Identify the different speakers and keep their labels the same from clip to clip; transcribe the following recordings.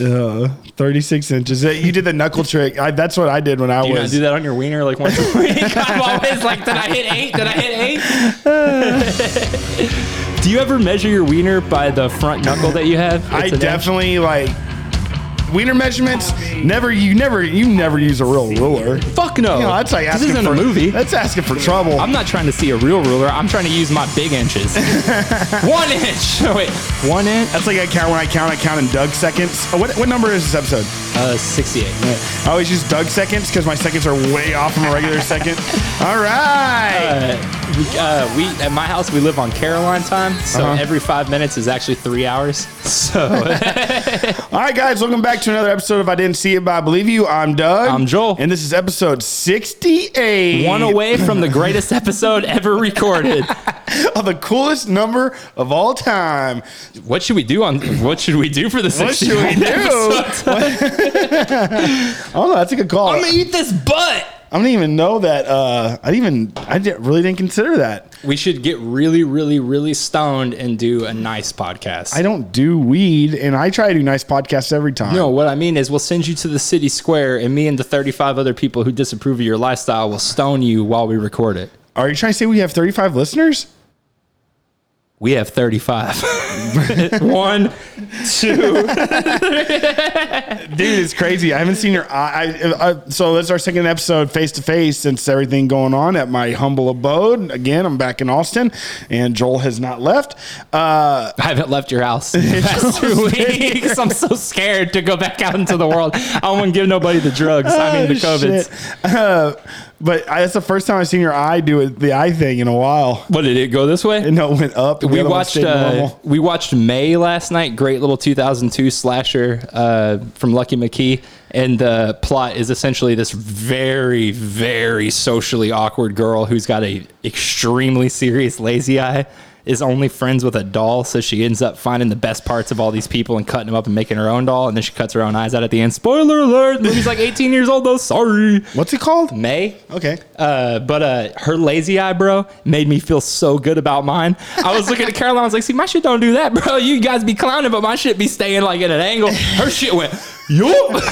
Speaker 1: Uh, 36 inches. Uh, You did the knuckle trick. I, that's what I did when I
Speaker 2: Do you not
Speaker 1: was.
Speaker 2: do that on your wiener like once a week? I'm always like, did I hit eight? Did I hit eight? do you ever measure your wiener by the front knuckle that you have?
Speaker 1: I
Speaker 2: It's an inch.
Speaker 1: definitely like wiener measurements. Never, you never, you never use a real ruler.
Speaker 2: Fuck no.
Speaker 1: You know, that's like
Speaker 2: this
Speaker 1: asking
Speaker 2: isn't
Speaker 1: for,
Speaker 2: a movie.
Speaker 1: That's asking for trouble.
Speaker 2: I'm not trying to see a real ruler. I'm trying to use my big inches. one inch. Oh, wait, one inch.
Speaker 1: that's like I count when I count. I count in Doug seconds. Oh, what what number is this episode?
Speaker 2: Uh, 68.
Speaker 1: I always use Doug seconds because my seconds are way off from a regular second. All right.
Speaker 2: Uh, we, uh, we at my house we live on Caroline time, so
Speaker 1: Uh-huh.
Speaker 2: every five minutes is actually three hours. So
Speaker 1: All right, guys, welcome back to another episode of I Didn't See It, but I Believe You. I'm Doug.
Speaker 2: I'm Joel.
Speaker 1: And this is episode 68.
Speaker 2: one away from the greatest episode ever recorded.
Speaker 1: of the coolest number of all time.
Speaker 2: What should we do on? What should we do for the
Speaker 1: What should we
Speaker 2: 69th episode?
Speaker 1: do? Oh, I don't know. That's a good call.
Speaker 2: I'm gonna eat this butt.
Speaker 1: I didn't even know that. Uh, I didn't even. I di- really didn't consider that.
Speaker 2: We should get really, really, really stoned and do a nice podcast.
Speaker 1: I don't do weed, and I try to do nice podcasts every time.
Speaker 2: No, what I mean is we'll send you to the city square, and me and the 35 other people who disapprove of your lifestyle will stone you while we record it.
Speaker 1: Are you trying to say we have 35 listeners?
Speaker 2: We have 35. One, two.
Speaker 1: Dude, it's crazy. I haven't seen your eye. I, I, so that's our second episode face to face since everything going on at my humble abode. Again, I'm back in Austin, and Joel has not left. Uh,
Speaker 2: I haven't left your house in the past two weeks. I'm so scared to go back out into the world. I won't give nobody the drugs. I mean, the
Speaker 1: oh,
Speaker 2: COVIDs.
Speaker 1: shit. Uh, but I, that's the first time I've seen your eye do it, the eye thing in a while.
Speaker 2: What did it go this way?
Speaker 1: And no, it went up. and the
Speaker 2: we
Speaker 1: other one
Speaker 2: watched
Speaker 1: stayed
Speaker 2: uh,
Speaker 1: normal.
Speaker 2: we watched May last night. Great little 2002 slasher uh, from Lucky McKee, and the plot is essentially this very very socially awkward girl who's got a extremely serious lazy eye. Is only friends with a doll, so she ends up finding the best parts of all these people and cutting them up and making her own doll, and then she cuts her own eyes out at the end. Spoiler alert! The movie's like 18 years old though. Sorry.
Speaker 1: What's it called?
Speaker 2: May
Speaker 1: Okay.
Speaker 2: uh, but uh, her lazy eye, bro, made me feel so good about mine. I was looking at Caroline. I was like, "See, my shit don't do that, bro. You guys be clowning, but my shit be staying like at an angle." Her shit went, "Yup."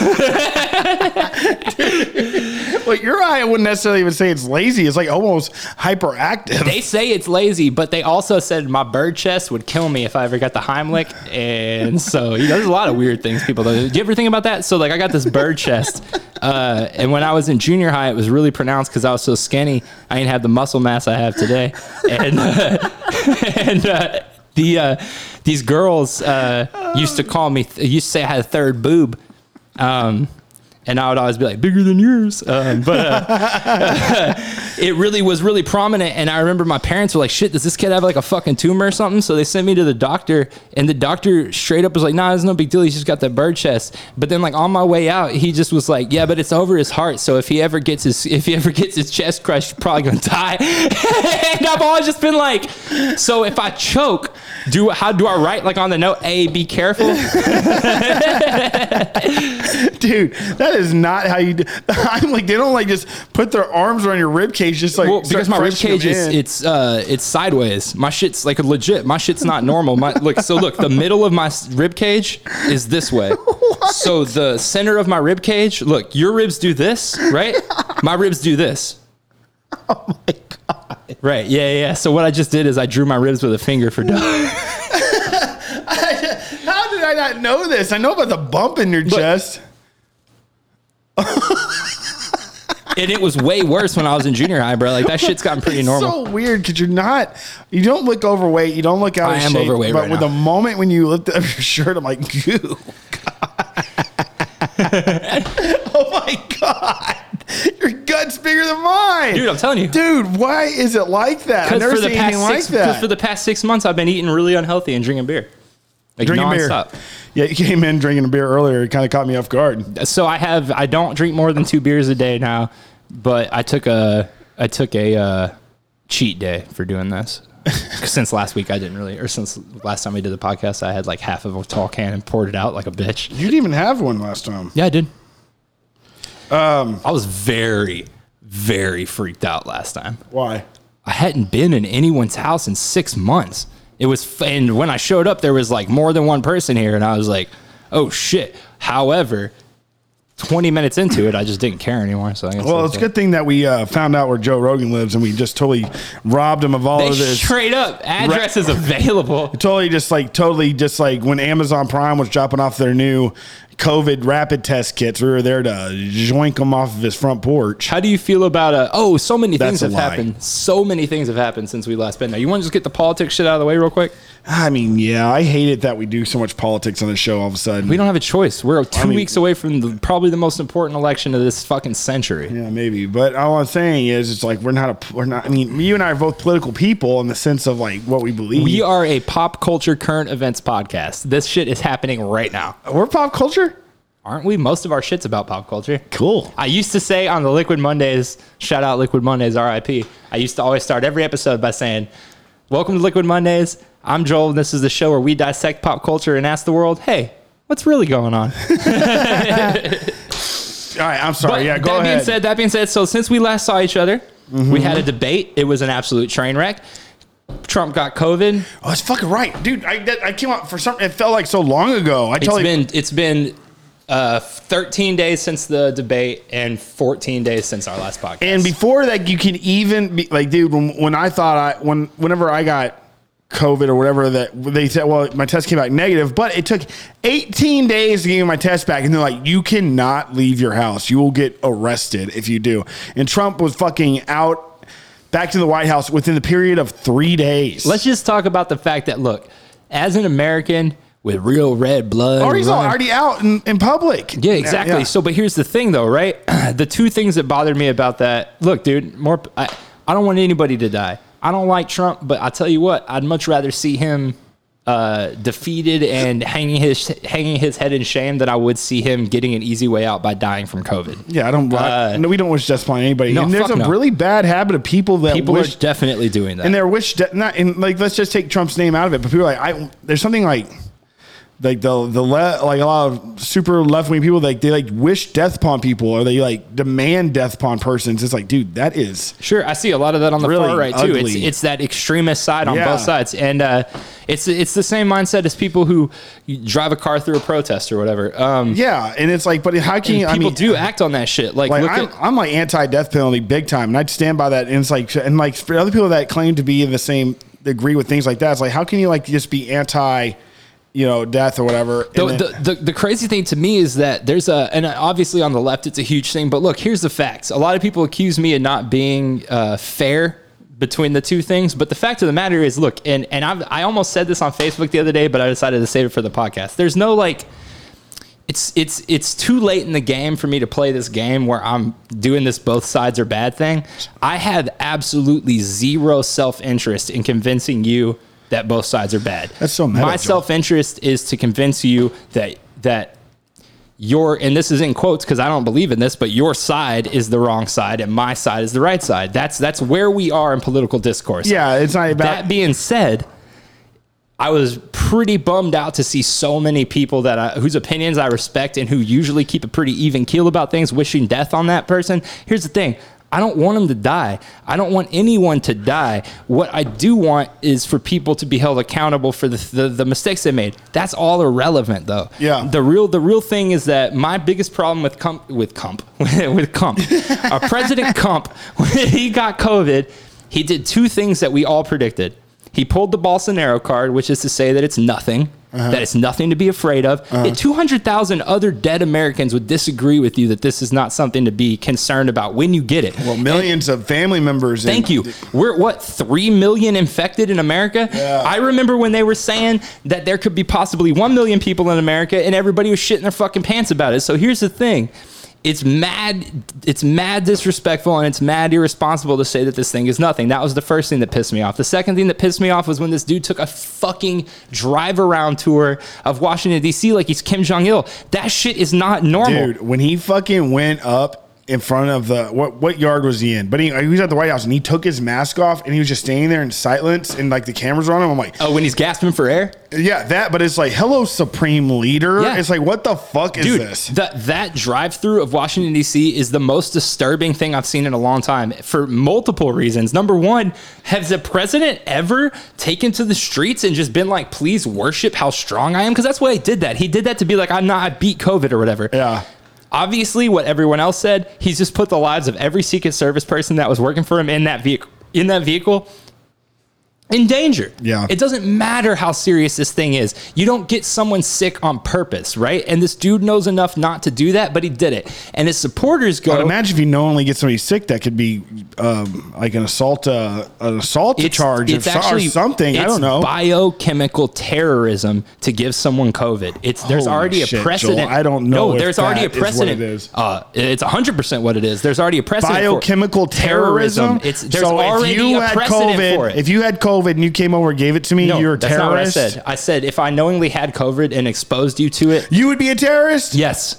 Speaker 1: Well, your eye, I wouldn't necessarily even say it's lazy. It's like almost hyperactive.
Speaker 2: They say it's lazy, but they also said my bird chest would kill me if I ever got the Heimlich. And so, you know, there's a lot of weird things people do. Do you ever think about that? So, like, I got this bird chest. Uh, and when I was in junior high, it was really pronounced because I was so skinny. I didn't have the muscle mass I have today. And, uh, and, uh, the uh, these girls uh, used to call me used to say I had a third boob, um, and I would always be like bigger than yours. Um, but uh, it really was really prominent. And I remember my parents were like, shit, does this kid have like a fucking tumor or something? So they sent me to the doctor, and the doctor straight up was like, nah, it's no big deal. He's just got that bird chest. But then like on my way out, he just was like, yeah, but it's over his heart. So if he ever gets his if he ever gets his chest crushed, he's probably gonna die. and I've always just been like, so if I choke, do how do I write like on the note? A, be careful.
Speaker 1: Dude, that is not how you do I'm like, they don't like just put their arms around your rib cage, just like
Speaker 2: well, because my rib cage is
Speaker 1: it's
Speaker 2: it's uh it's sideways. My shit's like legit. My shit's not normal. My look. So look, the middle of my s- rib cage is this way. So the center of my rib cage. Look, your ribs do this, right? My ribs do this. Oh my god. Right. Yeah. Yeah. yeah. So what I just did is I drew my ribs with a finger for Doug.
Speaker 1: How did I not know this? I know about the bump in your chest.
Speaker 2: and it was way worse when I was in junior high, bro. Like that shit's gotten pretty
Speaker 1: It's
Speaker 2: normal.
Speaker 1: so weird because you're not, you don't look overweight, you don't look out
Speaker 2: I
Speaker 1: of
Speaker 2: am
Speaker 1: shape.
Speaker 2: overweight
Speaker 1: but
Speaker 2: right
Speaker 1: with
Speaker 2: now.
Speaker 1: the moment when you lift up your shirt, I'm like, goo. oh my God. Your gut's bigger than mine.
Speaker 2: Dude, I'm telling you.
Speaker 1: Dude, why is it like that? I've
Speaker 2: Because
Speaker 1: never
Speaker 2: for the
Speaker 1: seen
Speaker 2: past
Speaker 1: anything like
Speaker 2: six,
Speaker 1: that.
Speaker 2: because for the past six months, I've been eating really unhealthy and drinking beer, like
Speaker 1: drinking
Speaker 2: nonstop.
Speaker 1: beer. Yeah, you came in drinking a beer earlier. It kind of caught me off guard.
Speaker 2: so I have I don't drink more than two beers a day now, but I took a I took a uh, cheat day for doing this. 'Cause since last week I didn't really, or since last time we did the podcast, I had like half of a tall can and poured it out like a bitch.
Speaker 1: You didn't even have one last time.
Speaker 2: Yeah, I did. Um, I was very, very freaked out last time.
Speaker 1: Why?
Speaker 2: I hadn't been in anyone's house in six months. It was, f- and when I showed up, there was like more than one person here, and I was like, oh shit. However, 20 minutes into it, I just didn't care anymore. So I guess
Speaker 1: Well,
Speaker 2: that's
Speaker 1: it's a
Speaker 2: it.
Speaker 1: good thing that we uh, found out where Joe Rogan lives, and we just totally robbed him of all
Speaker 2: They
Speaker 1: of this.
Speaker 2: straight up address is available.
Speaker 1: totally just like totally just like when Amazon Prime was dropping off their new COVID rapid test kits, we were there to joink them off of his front porch.
Speaker 2: How do you feel about uh oh so many
Speaker 1: That's
Speaker 2: things
Speaker 1: a
Speaker 2: have
Speaker 1: lie.
Speaker 2: happened. So many things have happened since we last been there. You want to just get the politics shit out of the way real quick?
Speaker 1: I mean, yeah, I hate it that we do so much politics on the show all of a sudden.
Speaker 2: We don't have a choice. We're two
Speaker 1: mean-
Speaker 2: weeks away from the, probably the most important election of this fucking century.
Speaker 1: yeah, maybe, but all I'm saying is, it's like we're not a we're not. I mean, you and I are both political people in the sense of like what we believe.
Speaker 2: We are a pop culture current events podcast. This shit is happening right now.
Speaker 1: we're pop culture.
Speaker 2: Aren't we? Most of our shit's about pop culture.
Speaker 1: Cool.
Speaker 2: I used to say on the Liquid Mondays, shout out Liquid Mondays, RIP. I used to always start every episode by saying, Welcome to Liquid Mondays. I'm Joel, and this is the show where we dissect pop culture and ask the world, hey, what's really going on?
Speaker 1: All right, I'm sorry.
Speaker 2: But
Speaker 1: yeah, go
Speaker 2: that
Speaker 1: ahead. Mm-hmm.
Speaker 2: being said, that being said, so since we last saw each other, we had a debate. It was an absolute train wreck. Trump got COVID.
Speaker 1: oh, it's fucking right, dude. I, that, I came up for something. It felt like so long ago. I
Speaker 2: It's
Speaker 1: totally
Speaker 2: been it's been uh, 13 days since the debate and 14 days since our last podcast.
Speaker 1: And before that, you can even be like, dude, when, when I thought I, when, whenever I got COVID or whatever, that they said, well, my test came back negative, but it took 18 days to get my test back. And they're like, you cannot leave your house. You will get arrested if you do. And Trump was fucking out back to the White House within the period of three days.
Speaker 2: Let's just talk about the fact that look, as an American with real red blood,
Speaker 1: already, he's
Speaker 2: running-
Speaker 1: already out in, in public.
Speaker 2: yeah, exactly. So, but here's the thing, though, right? the two things that bothered me about that. Look, dude, more. I, I don't want anybody to die. I don't like Trump, but I tell you what, I'd much rather see him uh, defeated and hanging his hanging his head in shame than I would see him getting an easy way out by dying from COVID.
Speaker 1: Yeah, I don't. I- no, we don't wish death upon anybody.
Speaker 2: uh, no,
Speaker 1: and there's a
Speaker 2: fuck no.
Speaker 1: really bad habit of people that
Speaker 2: People
Speaker 1: wish
Speaker 2: are definitely doing that.
Speaker 1: and their wish de- not and like let's just take Trump's name out of it, but people are like I there's something like like the the le- like a lot of super left wing people like they like wish death upon people or they like demand death upon persons. It's like dude, that is
Speaker 2: Sure, I see a lot of that on the
Speaker 1: Really
Speaker 2: far right too. It's,
Speaker 1: ugly.
Speaker 2: it's that extremist side on
Speaker 1: Yeah.
Speaker 2: both sides, and uh, it's it's the same mindset as people who drive a car through a protest or whatever. Um,
Speaker 1: yeah, and it's like but how can you?
Speaker 2: people
Speaker 1: I mean,
Speaker 2: do act on that shit. Like,
Speaker 1: like
Speaker 2: look
Speaker 1: I'm,
Speaker 2: at
Speaker 1: I'm like anti death penalty big time, and I'd stand by that. And it's like and like for other people that claim to be in the same agree with things like that, it's like how can you like just be anti, you know, death or whatever? and
Speaker 2: the,
Speaker 1: then-
Speaker 2: the, the, the crazy thing to me is that there's a and obviously on the left it's a huge thing but look here's the facts a lot of people accuse me of not being uh, fair between the two things but the fact of the matter is look and and I've, i almost said this on facebook the other day but i decided to save it for the podcast there's no like it's it's it's too late in the game for me to play this game where I'm doing this both sides are bad thing. I have absolutely zero self interest in convincing you that both sides are bad.
Speaker 1: That's so meta,
Speaker 2: My
Speaker 1: Joel.
Speaker 2: self interest is to convince you that that your and this is in quotes because I don't believe in this, but your side is the wrong side and my side is the right side. That's that's where we are in political discourse.
Speaker 1: yeah, it's not about
Speaker 2: That being said, I was pretty bummed out to see so many people that I, whose opinions I respect and who usually keep a pretty even keel about things wishing death on that person. Here's the thing. I don't want them to die. I don't want anyone to die. What I do want is for people to be held accountable for the, the, the mistakes they made. That's all irrelevant, though.
Speaker 1: Yeah.
Speaker 2: The real the real thing is that my biggest problem with Kump with Kump with Kump, uh, President Kump, when he got COVID, he did two things that we all predicted. He pulled the Bolsonaro card, which is to say that it's nothing, that it's nothing to be afraid of. Yet 200,000 other dead Americans would disagree with you that this is not something to be concerned about when you get it.
Speaker 1: Well, millions of family members.
Speaker 2: Thank you. We're at what three million infected in America. I remember when they were saying that there could be possibly one million people in America, and everybody was shitting their fucking pants about it. So here's the thing. It's mad. It's mad disrespectful and it's mad irresponsible to say that this thing is nothing. That was the first thing that pissed me off. The second thing that pissed me off was when this dude took a fucking drive around tour of Washington D.C. like he's Kim Jong Il. That shit is not normal.
Speaker 1: Dude, when he fucking went up in front of the what what yard was he in? But he, he was at the White House and he took his mask off and he was just standing there in silence and like the cameras were on him. I'm like,
Speaker 2: Oh, when he's gasping for air,
Speaker 1: yeah, that. But it's like, hello, Supreme Leader.
Speaker 2: Yeah.
Speaker 1: It's like, what the fuck is
Speaker 2: dude.
Speaker 1: this?
Speaker 2: That that drive-through of Washington D.C. is the most disturbing thing I've seen in a long time for multiple reasons. Number one, has the president ever taken to the streets and just been like, "Please worship how strong I am"? Because that's why he did that. He did that to be like, "I'm not. I beat COVID or whatever."
Speaker 1: yeah.
Speaker 2: obviously what everyone else said he's just put the lives of every secret service person that was working for him in that vehicle in that vehicle in danger
Speaker 1: Yeah.
Speaker 2: it doesn't matter how serious this thing is you don't get someone sick on purpose right and this dude knows enough not to do that but he did it and his supporters go
Speaker 1: But imagine if you knowingly get somebody sick, that could be um, like an assault, uh, an assault charge or so- or something. I
Speaker 2: it's
Speaker 1: don't know.
Speaker 2: Biochemical terrorism to give someone COVID. It's there's
Speaker 1: Holy
Speaker 2: already
Speaker 1: shit,
Speaker 2: a precedent.
Speaker 1: Joel. I don't know
Speaker 2: No,
Speaker 1: if
Speaker 2: there's already a
Speaker 1: that is what
Speaker 2: precedent.
Speaker 1: it is.
Speaker 2: Uh, it's 100 percent what it is. There's already a precedent. for-
Speaker 1: Biochemical terrorism.
Speaker 2: It's there's already a precedent
Speaker 1: COVID,
Speaker 2: for it.
Speaker 1: if you had COVID and you came over and gave it to me,
Speaker 2: No,
Speaker 1: you're a
Speaker 2: that's
Speaker 1: terrorist.
Speaker 2: not what I said. I said if I knowingly had COVID and exposed you to it,
Speaker 1: You would be a terrorist.
Speaker 2: yes.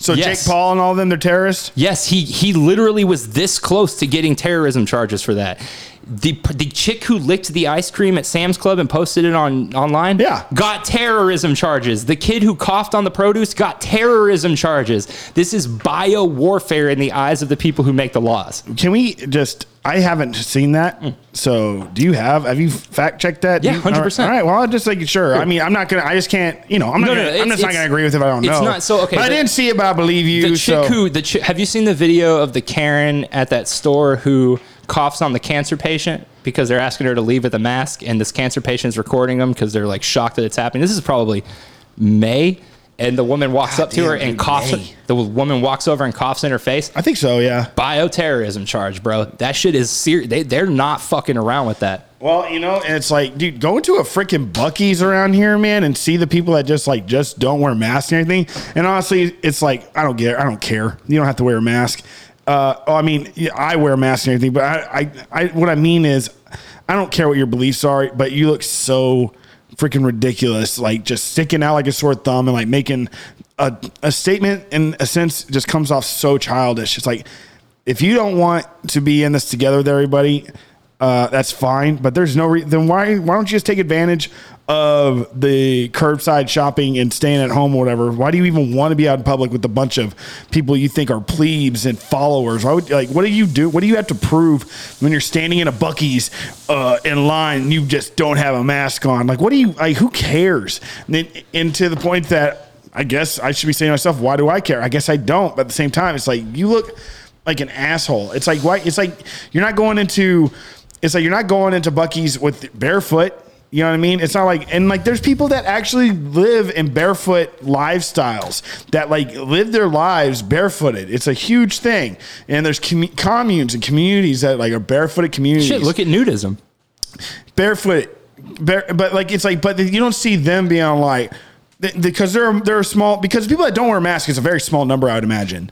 Speaker 1: So
Speaker 2: Yes.
Speaker 1: Jake Paul and all of them, they're terrorists.
Speaker 2: Yes, he he literally was this close to getting terrorism charges for that. The the chick who licked the ice cream at Sam's Club and posted it on online,
Speaker 1: Yeah.
Speaker 2: got terrorism charges. The kid who coughed on the produce got terrorism charges. This is bio warfare in the eyes of the people who make the laws.
Speaker 1: Can we just? I haven't seen that. So do you have? Have you fact checked that?
Speaker 2: Mm. Yeah,
Speaker 1: Do you-
Speaker 2: 100%.
Speaker 1: All right. Well, I'll just like sure. I mean, I'm not gonna. I just can't. You know, I'm not.
Speaker 2: No, no,
Speaker 1: gonna,
Speaker 2: no,
Speaker 1: I'm
Speaker 2: it's-
Speaker 1: just not
Speaker 2: it's-
Speaker 1: gonna agree with it. If I don't
Speaker 2: it's
Speaker 1: know.
Speaker 2: not- so, okay,
Speaker 1: But I
Speaker 2: the-
Speaker 1: didn't see it, but I believe you.
Speaker 2: The chick
Speaker 1: so
Speaker 2: who the chi- have you seen the video of the Karen at that store who coughs on the cancer patient because they're asking her to leave with a mask and this cancer patient's recording them because they're like shocked that it's happening. This is probably May and the woman walks up to her
Speaker 1: damn,
Speaker 2: and
Speaker 1: dude,
Speaker 2: coughs.
Speaker 1: May.
Speaker 2: The woman walks over and coughs in her face.
Speaker 1: I think so. Yeah.
Speaker 2: Bioterrorism charge, bro. That shit is serious. They, they're not fucking around with that.
Speaker 1: Well, you know, and it's like, dude, go into a freaking Bucky's around here, man, and see the people that just like just don't wear masks and everything. And honestly, it's like I don't get, I don't care. You don't have to wear a mask. Uh, oh, I mean, yeah, I wear a mask and everything, but I, I, I, what I mean is, I don't care what your beliefs are, but you look so freaking ridiculous, like just sticking out like a sore thumb and like making a, a statement in a sense just comes off so childish. It's like if you don't want to be in this together with everybody, uh, that's fine. But there's no reason. Then why why don't you just take advantage of the curbside shopping and staying at home or whatever? Why do you even want to be out in public with a bunch of people you think are plebes and followers? Why would like what do you do? What do you have to prove when you're standing in a Bucky's uh, in line? and You just don't have a mask on. Like what do you like? Who cares? And, then, and to the point that. I guess I should be saying to myself, why do I care? I guess I don't. But at the same time, it's like you look like an asshole. It's like why? It's like you're not going into. It's like you're not going into Bucky's with barefoot. You know what I mean? It's not like and like there's people that actually live in barefoot lifestyles that like live their lives barefooted. It's a huge thing. And there's commu- communes and communities that like are barefooted communities.
Speaker 2: Shit, look at nudism.
Speaker 1: barefooted. Bare, but like it's like but you don't see them being like th- because they're they're small because people that don't wear masks is a very small number I would imagine.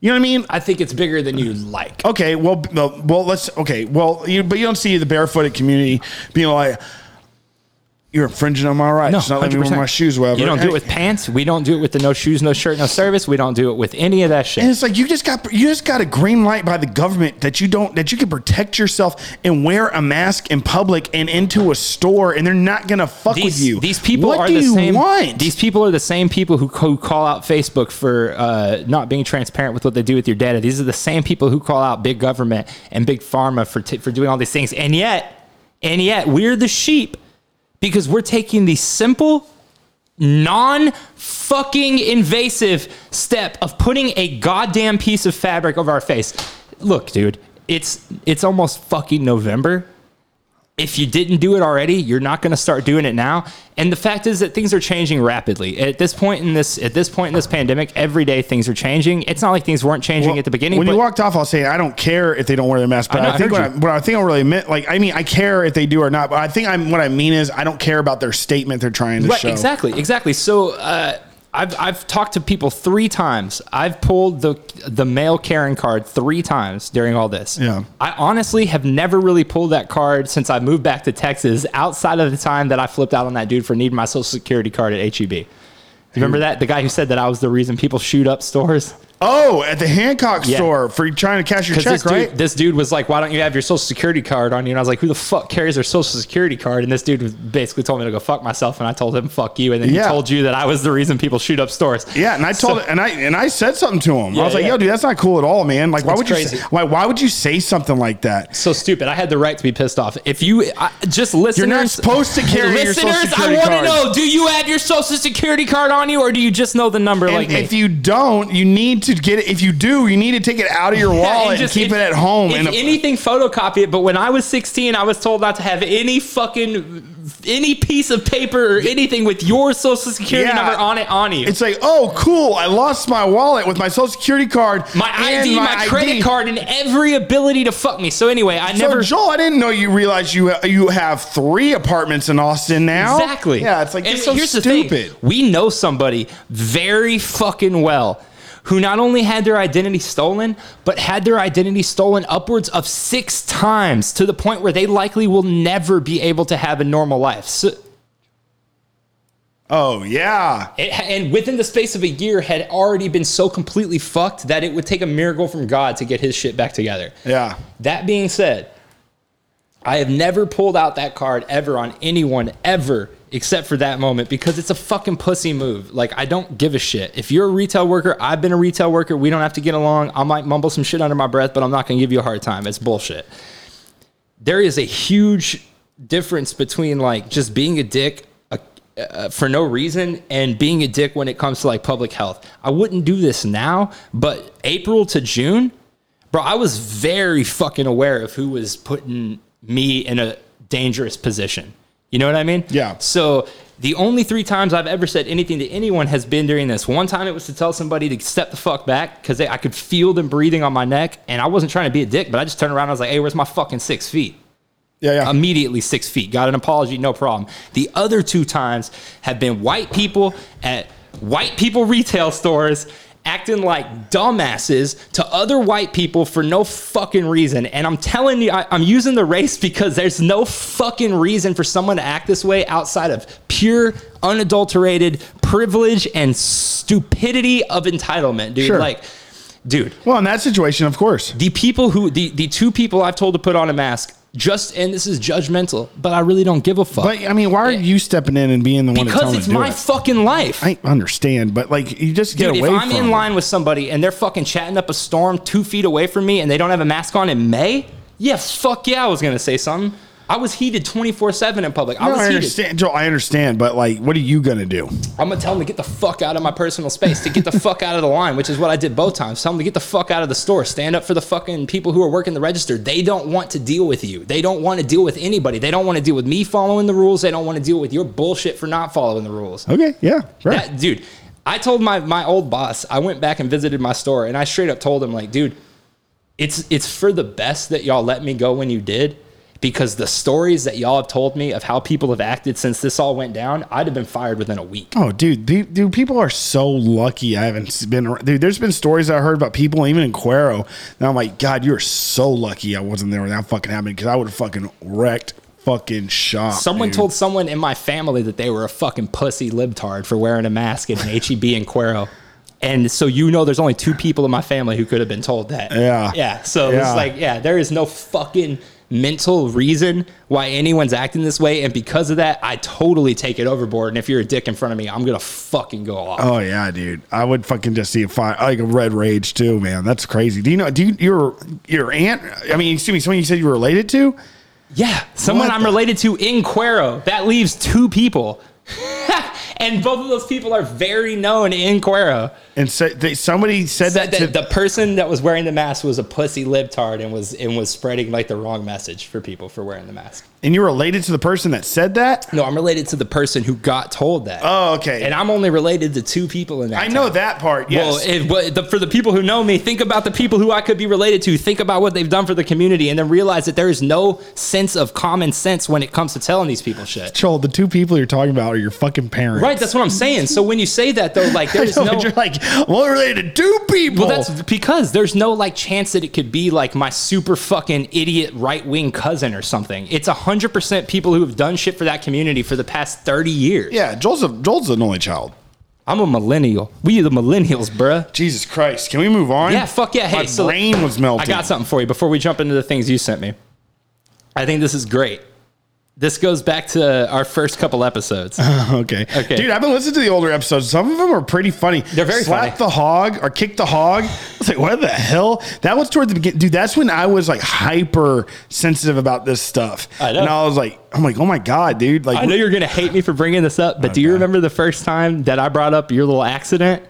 Speaker 1: You know what I mean?
Speaker 2: I think it's bigger than you like.
Speaker 1: Okay, well, b- no, well, let's okay, well, you, but you don't see the barefooted community being like, you're infringing on my rights.
Speaker 2: No,
Speaker 1: It's not letting me wear
Speaker 2: 100%.
Speaker 1: my shoes. Whatever.
Speaker 2: You don't do it with
Speaker 1: And-
Speaker 2: pants. We don't do it with the no shoes, no shirt, no service. We don't do it with any of that shit.
Speaker 1: And it's like you just got you just got a green light by the government that you don't that you can protect yourself and wear a mask in public and into a store and they're not gonna fuck with you.
Speaker 2: These people
Speaker 1: what
Speaker 2: are
Speaker 1: do
Speaker 2: the
Speaker 1: you
Speaker 2: same.
Speaker 1: Want?
Speaker 2: These people are the same people who, who call out Facebook for uh, not being transparent with what they do with your data. These are the same people who call out big government and big pharma for t- for doing all these things. And yet, and yet, we're the sheep because we're taking the simple, non fucking invasive step of putting a goddamn piece of fabric over our face. Look, dude, it's it's almost fucking November if you didn't do it already, you're not going to start doing it now. And the fact is that things are changing rapidly. At this point in this at this point in this pandemic, every day things are changing. It's not like things weren't changing
Speaker 1: Well,
Speaker 2: at the beginning.
Speaker 1: When
Speaker 2: but
Speaker 1: you walked off, I'll say I don't care if they don't wear their mask. But
Speaker 2: I know,
Speaker 1: I,
Speaker 2: I
Speaker 1: think
Speaker 2: heard
Speaker 1: what I,
Speaker 2: you.
Speaker 1: what I think I really meant, like I mean, I care if they do or not. But I think I'm what I mean is I don't care about their statement they're trying to
Speaker 2: right,
Speaker 1: show.
Speaker 2: exactly, exactly. So uh, I've I've talked to people three times. I've pulled the the mail Karen card three times during all this.
Speaker 1: Yeah.
Speaker 2: I honestly have never really pulled that card since I moved back to Texas. Outside of the time that I flipped out on that dude for needing E my social security card at HEB. You remember that the guy who said that I was the reason people shoot up stores?
Speaker 1: Oh, at the Hancock
Speaker 2: Yeah.
Speaker 1: store for trying to cash your
Speaker 2: Because
Speaker 1: check,
Speaker 2: this,
Speaker 1: right?
Speaker 2: dude, this dude was like, "Why don't you have your social security card on you?" And I was like, "Who the fuck carries their social security card?" And this dude was basically told me to go fuck myself, and I told him, "Fuck you." And then
Speaker 1: Yeah.
Speaker 2: he told you that I was the reason people shoot up stores.
Speaker 1: Yeah, and I told and I and I said something to him. I
Speaker 2: Yeah,
Speaker 1: was like,
Speaker 2: yeah.
Speaker 1: "Yo, dude, that's not cool at all, man. Like, why
Speaker 2: It's
Speaker 1: would you
Speaker 2: crazy.
Speaker 1: say, why why would you say something like that?"
Speaker 2: So stupid. I had the right to be pissed off. If you I, just listeners,
Speaker 1: supposed to carry your Social
Speaker 2: listeners,
Speaker 1: Security
Speaker 2: I want to
Speaker 1: card.
Speaker 2: know: Do you have your social security card on you, or do you just know the number
Speaker 1: And
Speaker 2: like me?
Speaker 1: if you don't, you need to get it. If you do, you need to take it out of your
Speaker 2: Yeah,
Speaker 1: wallet and,
Speaker 2: just-
Speaker 1: keep
Speaker 2: if-
Speaker 1: it at home.
Speaker 2: If
Speaker 1: And
Speaker 2: anything, photocopy it. But when I was 16, I was told not to have any fucking any piece of paper or anything with your social security
Speaker 1: Yeah.
Speaker 2: number on it on you.
Speaker 1: it's like, oh, cool! I lost my wallet with my Social Security card,
Speaker 2: my
Speaker 1: and
Speaker 2: ID, my, credit
Speaker 1: ID.
Speaker 2: card, and every ability to fuck me. So anyway, I
Speaker 1: So
Speaker 2: never
Speaker 1: Joel, I didn't know you realized you you have three apartments in Austin now.
Speaker 2: Exactly.
Speaker 1: Yeah, it's like
Speaker 2: And
Speaker 1: it's so
Speaker 2: here's the thing.
Speaker 1: stupid.
Speaker 2: We know somebody very fucking well who not only had their identity stolen, but had their identity stolen upwards of six times to the point where they likely will never be able to have a normal life. So,
Speaker 1: Oh yeah,
Speaker 2: it, and within the space of a year, had already been so completely fucked that it would take a miracle from God to get his shit back together.
Speaker 1: yeah.
Speaker 2: That being said, I have never pulled out that card ever on anyone ever except for that moment because it's a fucking pussy move. Like I don't give a shit. If you're a retail worker, I've been a retail worker, we don't have to get along. I might mumble some shit under my breath, but I'm not going to give you a hard time. It's bullshit. There is a huge difference between like just being a dick uh, uh, for no reason and being a dick when it comes to like public health. I wouldn't do this now, but April to June, bro i was very fucking aware of who was putting me in a dangerous position you know what i mean
Speaker 1: Yeah.
Speaker 2: so the only three times i've ever said anything to anyone has been during this one time it was to tell somebody to step the fuck back because i could feel them breathing on my neck and i wasn't trying to be a dick but i just turned around and i was like hey where's my fucking six feet
Speaker 1: Yeah, yeah.
Speaker 2: immediately six feet. Got an apology, no problem. The other two times have been white people at white people retail stores acting like dumbasses to other white people for no fucking reason. And I'm telling you, I, I'm using the race because there's no fucking reason for someone to act this way outside of pure, unadulterated privilege and stupidity of entitlement, dude.
Speaker 1: Sure.
Speaker 2: Like, dude
Speaker 1: well, in that situation, of course.
Speaker 2: the people who the the two people I've told to put on a mask just and this is judgmental, but I really don't give a fuck
Speaker 1: But I mean, why are you stepping in and being the one to tell
Speaker 2: because
Speaker 1: them
Speaker 2: it's
Speaker 1: to do
Speaker 2: my
Speaker 1: it?
Speaker 2: fucking life.
Speaker 1: I understand, but like you just get
Speaker 2: Dude, if
Speaker 1: away
Speaker 2: I'm
Speaker 1: from
Speaker 2: in
Speaker 1: it.
Speaker 2: line with somebody and they're fucking chatting up a storm two feet away from me and they don't have a mask on in May, yeah, fuck yeah, I was gonna say something. I was heated 24 seven in public. I
Speaker 1: No,
Speaker 2: was
Speaker 1: I
Speaker 2: heated.
Speaker 1: understand, Joel. I understand, but like, what are you gonna do?
Speaker 2: I'm gonna tell them to get the fuck out of my personal space, to get the fuck out of the line, which is what I did both times. Tell them to get the fuck out of the store. Stand up for the fucking people who are working the register. They don't want to deal with you. They don't want to deal with anybody. They don't want to deal with me following the rules. They don't want to deal with your bullshit for not following the rules.
Speaker 1: Okay, yeah, right.
Speaker 2: That- dude, I told my my old boss, I went back and visited my store and I straight up told him, like, dude, it's it's for the best that y'all let me go when you did. Because the stories that y'all have told me of how people have acted since this all went down, I'd have been fired within a week.
Speaker 1: Oh, dude, dude, dude, people are so lucky. I haven't s- been, ar- dude. There's been stories I heard about people, even in Cuero, and I'm like, God, you're so lucky I wasn't there when that fucking happened because I would have fucking wrecked fucking shop.
Speaker 2: Someone
Speaker 1: dude.
Speaker 2: told someone in my family that they were a fucking pussy libtard for wearing a mask at an HEB in Cuero. And so you know there's only two people in my family who could have been told that.
Speaker 1: Yeah.
Speaker 2: Yeah. So
Speaker 1: Yeah.
Speaker 2: it's like, yeah, there is no fucking mental reason why anyone's acting this way. And because of that, I totally take it overboard. And if you're a dick in front of me, I'm going to fucking go off.
Speaker 1: Oh yeah, dude. I would fucking just see a fire like a red rage too, man. That's crazy. Do you know? Do you, your your aunt? I mean, excuse me. Someone you said you were related to?
Speaker 2: Yeah, someone
Speaker 1: What
Speaker 2: I'm
Speaker 1: the-
Speaker 2: related to in Cuero. That leaves two people. and both of those people are very known in Cuero.
Speaker 1: And so they, somebody said
Speaker 2: said
Speaker 1: that,
Speaker 2: that
Speaker 1: to
Speaker 2: the person that was wearing the mask was a pussy libtard and was and was spreading like the wrong message for people for wearing the mask.
Speaker 1: and you're related to the person that said that.
Speaker 2: No, I'm related to the person who got told that.
Speaker 1: Oh, okay.
Speaker 2: and I'm only related to two people in that.
Speaker 1: I know
Speaker 2: town.
Speaker 1: that part. Yes.
Speaker 2: Well, it, but the, for the people who know me, think about the people who I could be related to. Think about what they've done for the community, and then realize that there is no sense of common sense when it comes to telling these people shit.
Speaker 1: Joel, the two people you're talking about are your fucking parents.
Speaker 2: Right? That's what I'm saying. So when you say that, though, like there's
Speaker 1: No,
Speaker 2: no.
Speaker 1: but you're like, well, related to two people.
Speaker 2: Well, that's because there's no like chance that it could be like my super fucking idiot right wing cousin or something. It's hundred percent people who have done shit for that community for the past thirty years.
Speaker 1: yeah, Joel's a, Joel's an only child.
Speaker 2: I'm a millennial. We the millennials, bruh.
Speaker 1: Jesus Christ. Can we move on?
Speaker 2: Yeah, fuck yeah. Hey,
Speaker 1: My
Speaker 2: so-
Speaker 1: brain was melting.
Speaker 2: I got something for you before we jump into the things you sent me. I think this is great. This goes back to our first couple episodes.
Speaker 1: Uh-huh. Okay.
Speaker 2: Okay.
Speaker 1: Dude, I've been listening to the older episodes. Some of them are pretty funny. They're
Speaker 2: very
Speaker 1: Slap
Speaker 2: funny.
Speaker 1: the hog or kick the hog. I was like, what the hell? That was towards the beginning. Dude, that's when I was like hyper sensitive about this stuff.
Speaker 2: I know.
Speaker 1: And I was like, I'm like, oh my God, dude. Like,
Speaker 2: I know you're gonna hate me for bringing this up, but do you remember the first time that I brought up your little accident?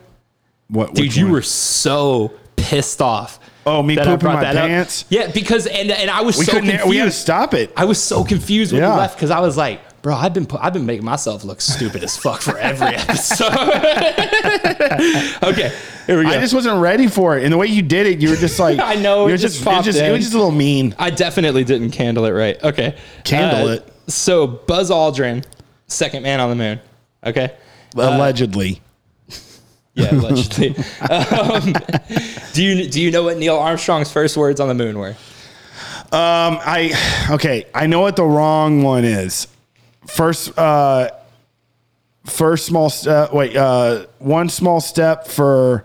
Speaker 1: what,
Speaker 2: Dude,
Speaker 1: which
Speaker 2: you
Speaker 1: one?
Speaker 2: were so pissed off.
Speaker 1: Oh, me
Speaker 2: that I
Speaker 1: pooping
Speaker 2: brought
Speaker 1: my
Speaker 2: that up.
Speaker 1: pants?
Speaker 2: Yeah, because and and I was
Speaker 1: We
Speaker 2: so
Speaker 1: couldn't,
Speaker 2: confused.
Speaker 1: we had to stop it.
Speaker 2: I was so confused when
Speaker 1: Yeah.
Speaker 2: you left because I was like, bro, I've been pu- I've been making myself look stupid as fuck for every episode. okay, here we go.
Speaker 1: I just wasn't ready for it. And the way you did it, you were just like,
Speaker 2: I know, it
Speaker 1: you were
Speaker 2: just
Speaker 1: just,
Speaker 2: popped
Speaker 1: it, just, it
Speaker 2: in.
Speaker 1: was just a little mean.
Speaker 2: I definitely didn't candle it right. Okay. Uh,
Speaker 1: Candle it.
Speaker 2: So Buzz Aldrin, second man on the moon. Okay.
Speaker 1: Allegedly.
Speaker 2: Yeah, allegedly. um, do you do you know what Neil Armstrong's first words on the moon were?
Speaker 1: Um, I okay. I know what the wrong one is. First, uh, first small step. Wait, uh, one small step for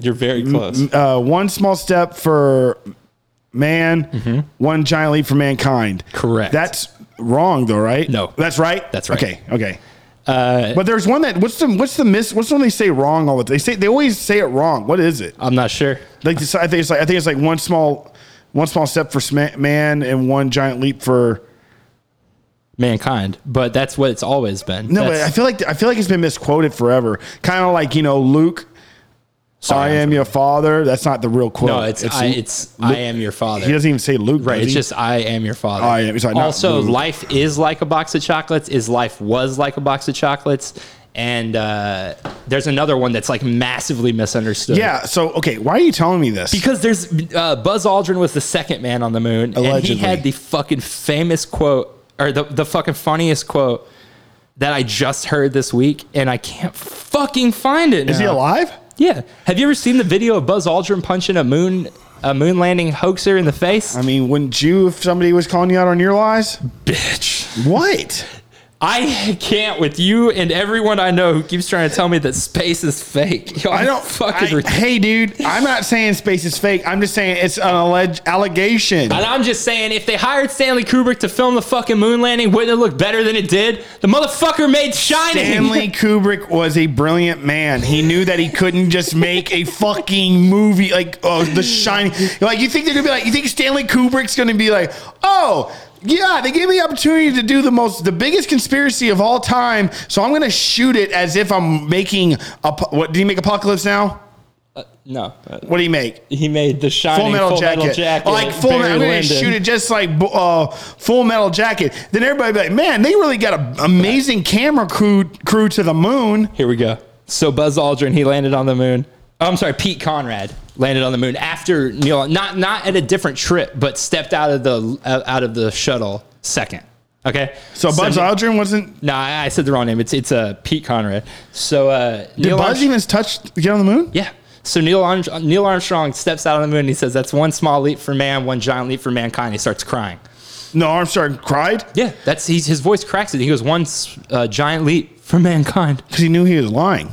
Speaker 2: You're very close.
Speaker 1: uh, one small step for man, one giant leap for mankind.
Speaker 2: Mm-hmm. Correct.
Speaker 1: That's wrong though, right?
Speaker 2: No.
Speaker 1: that's right.
Speaker 2: That's right. Eh.
Speaker 1: Okay, okay.
Speaker 2: Uh,
Speaker 1: but there's one that what's the what's the miss what's the one they say wrong all the time? They say they always say it wrong. What is it?
Speaker 2: I'm not sure.
Speaker 1: Like this- I think it's like I think it's like one small one small step for sma- man and one giant leap for
Speaker 2: Mankind, but that's what it's always been.
Speaker 1: No, but
Speaker 2: That's-
Speaker 1: I feel like I feel like it's been misquoted forever. Kind of like you know Luke,
Speaker 2: Sorry,
Speaker 1: I
Speaker 2: I'm-
Speaker 1: am your father. That's not the real quote.
Speaker 2: No, it's I, it's I am your father.
Speaker 1: he doesn't even say Luke.
Speaker 2: Right.
Speaker 1: does
Speaker 2: It's
Speaker 1: he?
Speaker 2: just I am your father.
Speaker 1: I am- it's like, not
Speaker 2: also,
Speaker 1: Luke.
Speaker 2: life is like a box of chocolates. Is life was like a box of chocolates. And uh, there's another one that's like massively misunderstood.
Speaker 1: yeah. So okay, why are you telling me this?
Speaker 2: Because there's uh, Buzz Aldrin was the second man on the moon, and he
Speaker 1: Allegedly.
Speaker 2: had the fucking famous quote or the, the fucking funniest quote that I just heard this week, and I can't fucking find it.
Speaker 1: is he alive?
Speaker 2: Yeah. Have you ever seen the video of Buzz Aldrin punching a moon a moon landing hoaxer in the face?
Speaker 1: I mean, wouldn't you if somebody was calling you out on your lies?
Speaker 2: Bitch.
Speaker 1: What?
Speaker 2: I can't with you and everyone I know who keeps trying to tell me that space is fake. Y'all
Speaker 1: I don't
Speaker 2: fucking.
Speaker 1: I-
Speaker 2: ridiculous.
Speaker 1: hey, dude, I'm not saying space is fake. I'm just saying it's an alleged allegation.
Speaker 2: and I'm just saying, if they hired Stanley Kubrick to film the fucking moon landing, wouldn't it look better than it did? The motherfucker made Shining.
Speaker 1: Stanley Kubrick was a brilliant man. He knew that he couldn't just make a fucking movie like oh The Shining. Like you think they're gonna be like you think Stanley Kubrick's gonna be like oh yeah they gave me the opportunity to do the most the biggest conspiracy of all time so I'm gonna shoot it as if I'm making a what did he make Apocalypse Now?
Speaker 2: no, uh,
Speaker 1: What do you make?
Speaker 2: he made the Shining.
Speaker 1: Full Metal Jacket. Like Full Metal, I'm gonna shoot it just like bo- uh, Full Metal Jacket. Then everybody be like, man, they really got an amazing camera crew crew to the moon.
Speaker 2: Here we go. So Buzz Aldrin, he landed on the moon. Oh, I'm sorry, Pete Conrad landed on the moon after Neil, not not at a different trip, but stepped out of the uh, out of the shuttle second. Okay.
Speaker 1: So Buzz
Speaker 2: Aldrin.
Speaker 1: Aldrin wasn't.
Speaker 2: No, I I said the wrong name. It's it's uh, Pete Conrad. So uh,
Speaker 1: Did
Speaker 2: Neil
Speaker 1: Buzz
Speaker 2: Armstrong,
Speaker 1: even touch get on the moon?
Speaker 2: yeah. So Neil Armstrong, Neil Armstrong steps out on the moon. and He says, "That's one small leap for man, one giant leap for mankind." He starts crying.
Speaker 1: No, Armstrong cried
Speaker 2: Yeah, that's he's, his voice cracks it. He goes, "One s- uh, giant leap for mankind."
Speaker 1: because he knew he was lying.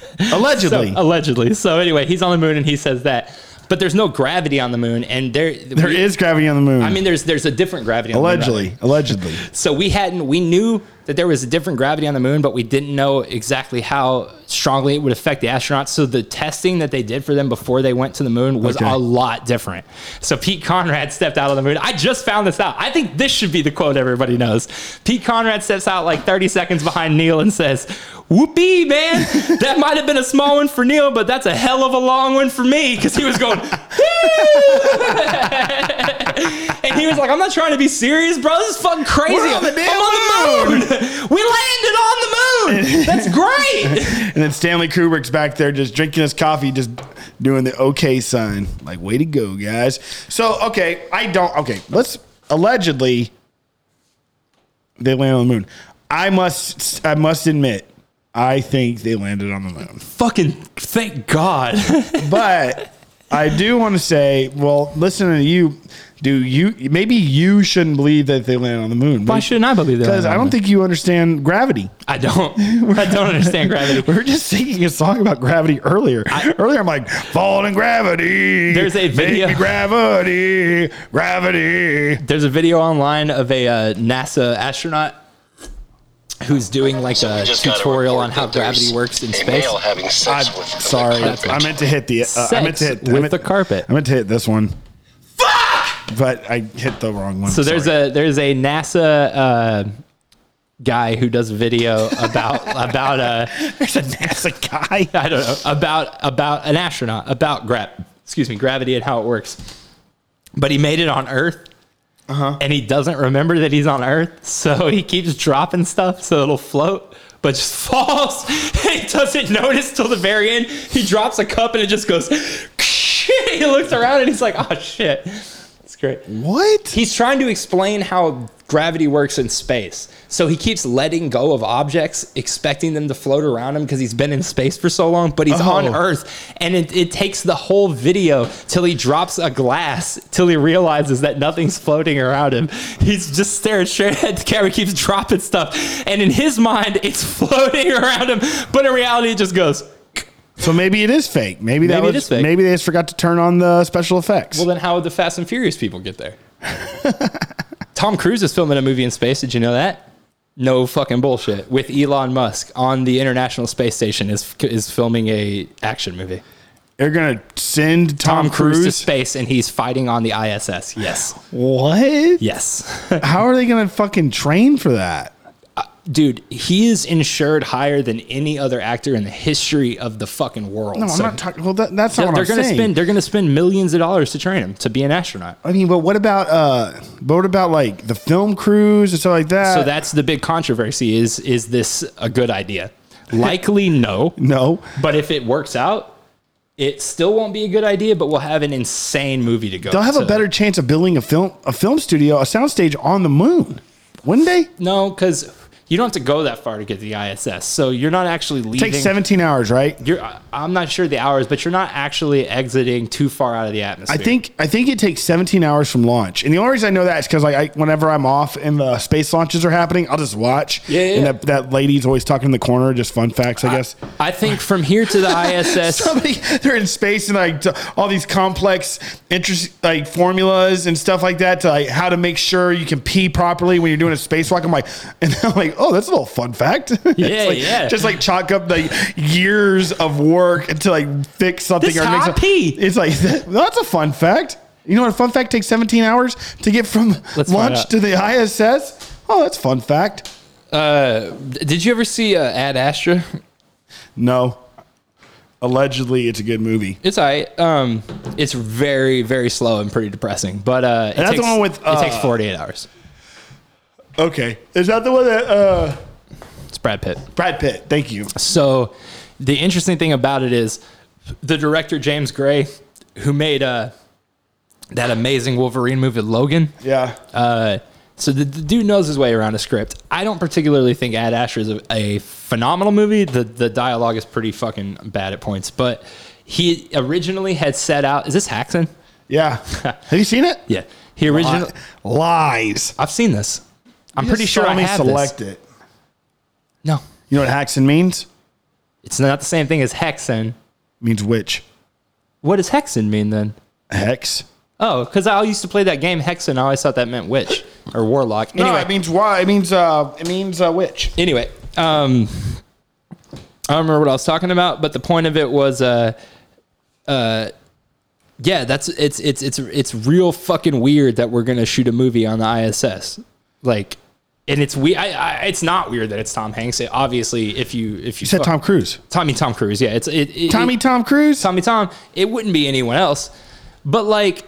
Speaker 2: So, uh,
Speaker 1: Allegedly,
Speaker 2: allegedly. So anyway, he's on the moon and he says that. But there's no gravity on the moon, and there
Speaker 1: there is gravity on the moon.
Speaker 2: I mean, there's there's a different gravity. On the moon,
Speaker 1: allegedly, allegedly.
Speaker 2: So we hadn't, we knew that there was a different gravity on the moon, but we didn't know exactly how strongly it would affect the astronauts. So the testing that they did for them before they went to the moon was
Speaker 1: Okay.
Speaker 2: a lot different. So Pete Conrad stepped out on the moon. I just found this out. I think this should be the quote everybody knows. Pete Conrad steps out like 30 seconds behind Neil and says, Whoopee, man. That might have been a small one for Neil, but that's a hell of a long one for me because he was going, and he was like, I'm not trying to be serious, bro. This is fucking crazy.
Speaker 1: We're on the damn
Speaker 2: I'm on the moon. We landed on the moon. That's great.
Speaker 1: And then Stanley Kubrick's back there just drinking his coffee, just doing the okay sign. Like, way to go, guys. So, okay, I don't. Okay, let's allegedly they land on the moon. I must. I must admit, I think they landed on the moon.
Speaker 2: Fucking thank God.
Speaker 1: But I do want to say, well, listening to you, do you maybe you shouldn't believe that they landed on the moon?
Speaker 2: Why shouldn't I believe that?
Speaker 1: Because I don't think you understand gravity.
Speaker 2: I don't. I don't understand gravity.
Speaker 1: We were just singing a song about gravity earlier. earlier, I'm like, fall in gravity.
Speaker 2: There's a
Speaker 1: make
Speaker 2: video-
Speaker 1: me gravity, gravity.
Speaker 2: There's a video online of a uh, NASA astronaut who's doing like
Speaker 3: So we
Speaker 2: a
Speaker 3: just got a
Speaker 2: tutorial on
Speaker 3: report
Speaker 2: how
Speaker 3: that there's
Speaker 2: gravity works in
Speaker 3: a
Speaker 2: space.
Speaker 3: male having sex
Speaker 1: I'm
Speaker 3: with the
Speaker 1: sorry.
Speaker 3: carpet.
Speaker 1: I meant to hit the. Uh, I meant to
Speaker 2: Sex
Speaker 1: hit I
Speaker 2: with
Speaker 1: meant-
Speaker 2: the carpet.
Speaker 1: I meant to hit this one. Fuck! But I hit the wrong one.
Speaker 2: So there's a there's a NASA uh, guy who does video about about uh
Speaker 1: there's a NASA guy.
Speaker 2: I don't know about about an astronaut about gra- excuse me gravity and how it works. But he made it on Earth. And he doesn't remember that he's on Earth, so he keeps dropping stuff so it'll float, but just falls. he doesn't notice till the very end. He drops a cup and it just goes. he looks around and he's like, "Oh shit, that's great."
Speaker 1: What?
Speaker 2: He's trying to explain how gravity works in space. So he keeps letting go of objects, expecting them to float around him because he's been in space for so long, but he's on
Speaker 1: Oh.
Speaker 2: Earth. And it, it takes the whole video till he drops a glass, till he realizes that nothing's floating around him. He's just staring straight at the camera, keeps dropping stuff. And in his mind, it's floating around him, but in reality, it just goes.
Speaker 1: So maybe it is fake. Maybe that
Speaker 2: Maybe it
Speaker 1: was
Speaker 2: is fake.
Speaker 1: maybe they just forgot to turn on the special effects.
Speaker 2: Well, then how would the Fast and Furious people get there? Tom Cruise is filming a movie in space. Did you know that? No fucking bullshit. With Elon Musk on the International Space Station is is filming a action movie.
Speaker 1: They're gonna send Tom,
Speaker 2: Tom, Cruise? to
Speaker 1: Cruise.
Speaker 2: space and he's fighting on the ISS. Yes,
Speaker 1: what?
Speaker 2: yes,
Speaker 1: How are they gonna fucking train for that?
Speaker 2: dude. He is insured higher than any other actor in the history of the fucking world.
Speaker 1: No, I'm
Speaker 2: So
Speaker 1: not talking. Well, that, that's not
Speaker 2: they're
Speaker 1: what I'm
Speaker 2: gonna
Speaker 1: saying.
Speaker 2: spend. They're gonna spend millions of dollars to train him to be an astronaut.
Speaker 1: I mean, but what about uh, but what about like the film crews and stuff like that?
Speaker 2: So that's the big controversy. Is is this a good idea? Likely no.
Speaker 1: no.
Speaker 2: But if it works out, it still won't be a good idea, but we'll have an insane movie to go.
Speaker 1: They'll have
Speaker 2: to.
Speaker 1: a better chance of building a film a film studio, a soundstage on the moon, wouldn't they?
Speaker 2: No, because you don't have to go that far to get to the ISS. So you're not actually leaving.
Speaker 1: Take 17 hours, right?
Speaker 2: You're, I- I'm not sure the hours, but you're not actually exiting too far out of the atmosphere.
Speaker 1: I think I think it takes 17 hours from launch, and the only reason I know that is because like I, whenever I'm off and the space launches are happening, I'll just watch.
Speaker 2: Yeah, yeah,
Speaker 1: And
Speaker 2: yeah.
Speaker 1: that, that lady's always talking in the corner, just fun facts, I guess.
Speaker 2: I think from here to the ISS,
Speaker 1: Somebody, they're in space and like t- all these complex, interest like formulas and stuff like that to like how to make sure you can pee properly when you're doing a spacewalk. I'm like, and I'm like, oh, that's a little fun fact. It's
Speaker 2: Yeah,
Speaker 1: like-
Speaker 2: yeah.
Speaker 1: Just like chalk up like years of work to like fix something
Speaker 2: This
Speaker 1: or
Speaker 2: how
Speaker 1: make
Speaker 2: I
Speaker 1: some-
Speaker 2: pee.
Speaker 1: It's like that, that's a fun fact. You know what? A fun fact takes 17 hours to get from
Speaker 2: Let's find
Speaker 1: launch
Speaker 2: out.
Speaker 1: to the ISS. Oh, that's fun fact.
Speaker 2: uh, did you ever see uh, Ad Astra?
Speaker 1: No. Allegedly, it's a good movie.
Speaker 2: It's all right. Um, it's very, very slow and pretty depressing, but uh, it,
Speaker 1: that's the
Speaker 2: takes,
Speaker 1: one with,
Speaker 2: it takes
Speaker 1: uh,
Speaker 2: 48 hours.
Speaker 1: Okay, is that the one that? uh
Speaker 2: It's Brad Pitt.
Speaker 1: Brad Pitt. Thank you.
Speaker 2: So the interesting thing about it is the director James Gray, who made uh, that amazing Wolverine movie Logan.
Speaker 1: Yeah.
Speaker 2: Uh, so the, the dude knows his way around a script. I don't particularly think Ad Astra is a, a phenomenal movie. The the dialogue is pretty fucking bad at points, but he originally had set out. Is this Haxon?
Speaker 1: Yeah. Have you seen it?
Speaker 2: Yeah. He originally.
Speaker 1: Lies.
Speaker 2: I've seen this. I'm pretty sure I have
Speaker 1: select
Speaker 2: this.
Speaker 1: it.
Speaker 2: No,
Speaker 1: You know what Haxon means?
Speaker 2: it's not the same thing as Hexen.
Speaker 1: means witch.
Speaker 2: What does Hexen mean then?
Speaker 1: Hex.
Speaker 2: Oh, because I used to play that game Hex, and I always thought that meant witch or warlock. Anyway,
Speaker 1: No, it means why? It means uh, it means uh, witch.
Speaker 2: anyway, um, I don't remember what I was talking about, but the point of it was, uh, uh, yeah, that's it's it's it's it's real fucking weird that we're gonna shoot a movie on the ISS, like, and it's we, I, I, it's not weird that it's Tom Hanks. It, obviously, if you if you,
Speaker 1: You said
Speaker 2: fuck-
Speaker 1: Tom Cruise.
Speaker 2: Tommy Tom Cruise, yeah, it's it, it
Speaker 1: Tommy
Speaker 2: it-
Speaker 1: Tom Cruise.
Speaker 2: Tommy Tom, it wouldn't be anyone else. But like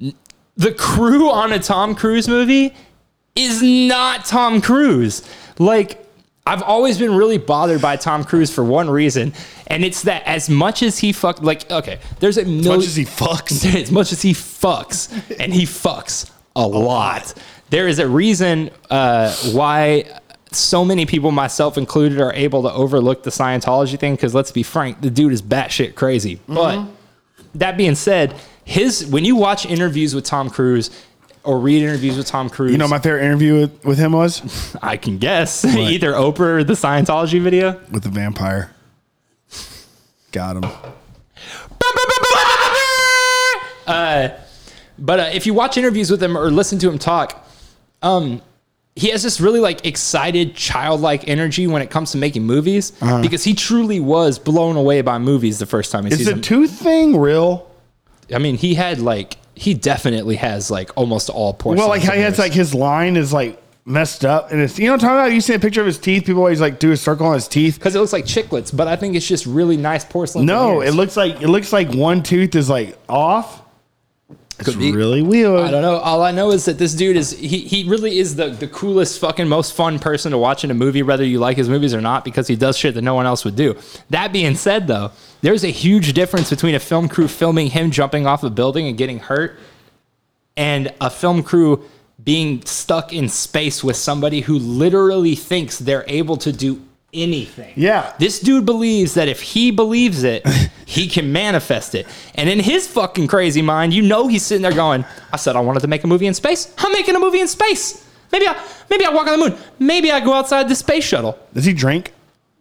Speaker 2: n- the crew on a Tom Cruise movie is not Tom Cruise. Like I've always been really bothered by Tom Cruise for one reason, and it's that as much as he fucked, like okay, there's a million
Speaker 1: Much as he fucks.
Speaker 2: as much as he fucks, and he fucks a lot, there is a reason uh, why so many people, myself included, are
Speaker 1: Mm-hmm.
Speaker 2: able to overlook the Scientology thing. Because let's be frank, the dude is batshit crazy. But that being said, his when you watch interviews with Tom Cruise or read interviews with Tom Cruise,
Speaker 1: You know, my favorite interview with, with him was
Speaker 2: I can guess either Oprah or the Scientology video.
Speaker 1: with the vampire. Got him.
Speaker 2: Uh, but uh, if you watch interviews with him or listen to him talk, um, he has this really like excited, childlike energy when it comes to making movies because he truly was blown away by movies the first time he
Speaker 1: Uh-huh. Is
Speaker 2: sees
Speaker 1: the
Speaker 2: them.
Speaker 1: tooth thing real?
Speaker 2: I mean, he had like he definitely has like almost all porcelain.
Speaker 1: Well, like how he has like his line is like messed up, and it's you know what I'm talking about. You see a picture of his teeth. People always like do a circle on his teeth.
Speaker 2: because it looks like chiclets, but I think it's just really nice porcelain.
Speaker 1: No, it
Speaker 2: veneers.
Speaker 1: looks like it looks like one tooth is like off. It's
Speaker 2: Could be.
Speaker 1: really weird.
Speaker 2: I don't know. All I know is that this dude is he he really is the the coolest fucking most fun person to watch in a movie, whether you like his movies or not, because he does shit that no one else would do. That being said, though, there's a huge difference between a film crew filming him jumping off a building and getting hurt, and a film crew being stuck in space with somebody who literally thinks they're able to do anything.
Speaker 1: Yeah.
Speaker 2: This dude believes that if he believes it, he can manifest it. And in his fucking crazy mind, you know he's sitting there going, I said I wanted to make a movie in space. I'm making a movie in space. Maybe I maybe I walk on the moon. Maybe I go outside the space shuttle.
Speaker 1: Does he drink?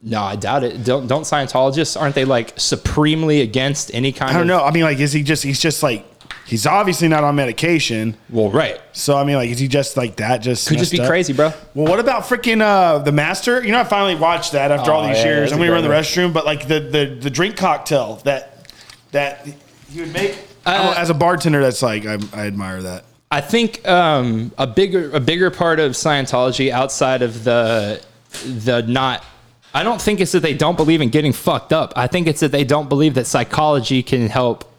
Speaker 2: No, I doubt it. Don't don't Scientologists aren't they like supremely against any kind
Speaker 1: I don't
Speaker 2: of
Speaker 1: know. I mean, like, is he just? He's just like he's obviously not on medication.
Speaker 2: Well, right.
Speaker 1: So I mean, like, is he just like that? Just
Speaker 2: Could just
Speaker 1: messed
Speaker 2: be
Speaker 1: up?
Speaker 2: crazy, bro.
Speaker 1: Well, what about freaking uh, the master? You know, I finally watched that after
Speaker 2: Oh,
Speaker 1: all these
Speaker 2: yeah,
Speaker 1: years.
Speaker 2: that's
Speaker 1: I'm
Speaker 2: a
Speaker 1: gonna run the
Speaker 2: great one.
Speaker 1: restroom, but like the the, the drink cocktail that that he would make I'm-
Speaker 2: Uh,
Speaker 1: as a bartender. That's like I, I admire that.
Speaker 2: I think um, a bigger a bigger part of Scientology outside of the the not. I don't think it's that they don't believe in getting fucked up. I think it's that they don't believe that psychology can help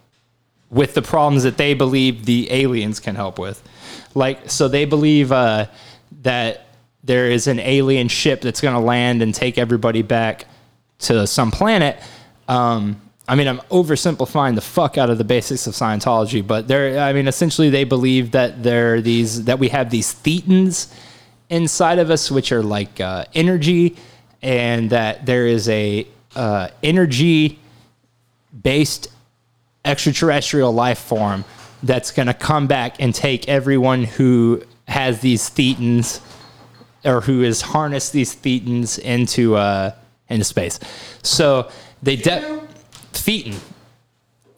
Speaker 2: with the problems that they believe the aliens can help with. Like, so they believe uh, that there is an alien ship that's going to land and take everybody back to some planet. Um, I mean, I'm oversimplifying the fuck out of the basics of Scientology, but they're, I mean, essentially they believe that there are these, that we have these thetans inside of us, which are like uh, energy, and that there is a uh, energy based extraterrestrial life form that's going to come back and take everyone who has these thetans or who has harnessed these thetans into uh, into space. So they de- thetan.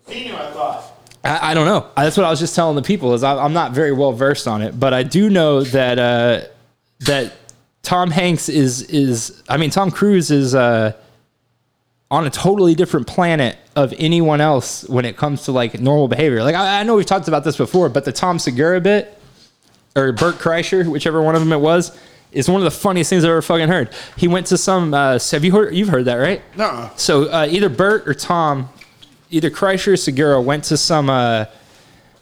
Speaker 1: I thought.
Speaker 2: I, I don't know. That's what I was just telling the people. Is I, I'm not very well versed on it, but I do know that uh, that Tom Hanks is is. I mean, Tom Cruise is uh, on a totally different planet of anyone else when it comes to like normal behavior. Like I, I know we've talked about this before, but the Tom Segura bit or Burt Kreischer, whichever one of them it was, is one of the funniest things I've ever fucking heard. He went to some. Uh, have you heard? You've heard that, right?
Speaker 1: No.
Speaker 2: So uh, either Bert or Tom, either Kreischer or Segura went to some uh,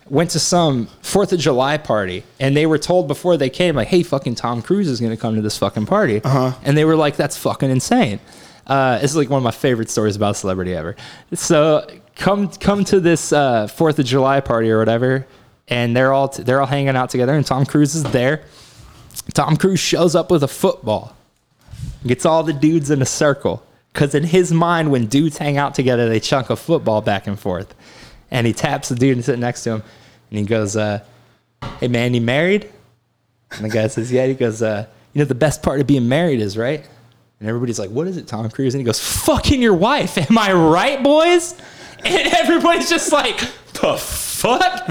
Speaker 2: went to some Fourth of July party, and they were told before they came, like, "Hey, fucking Tom Cruise is going to come to this fucking party," uh-huh. and they were like, "That's fucking insane." Uh, this is like one of my favorite stories about celebrity ever. So come come to this uh, Fourth of July party or whatever, and they're all t- they're all hanging out together, and Tom Cruise is there. Tom Cruise shows up with a football gets all the dudes in a circle. Because in his mind, when dudes hang out together, they chunk a football back and forth. And he taps the dude sitting next to him and he goes, uh, Hey man, you married? And the guy says, Yeah. He goes, uh, You know, the best part of being married is, right? And everybody's like, What is it, Tom Cruise? And he goes, Fucking your wife. Am I right, boys? And everybody's just like, The fuck?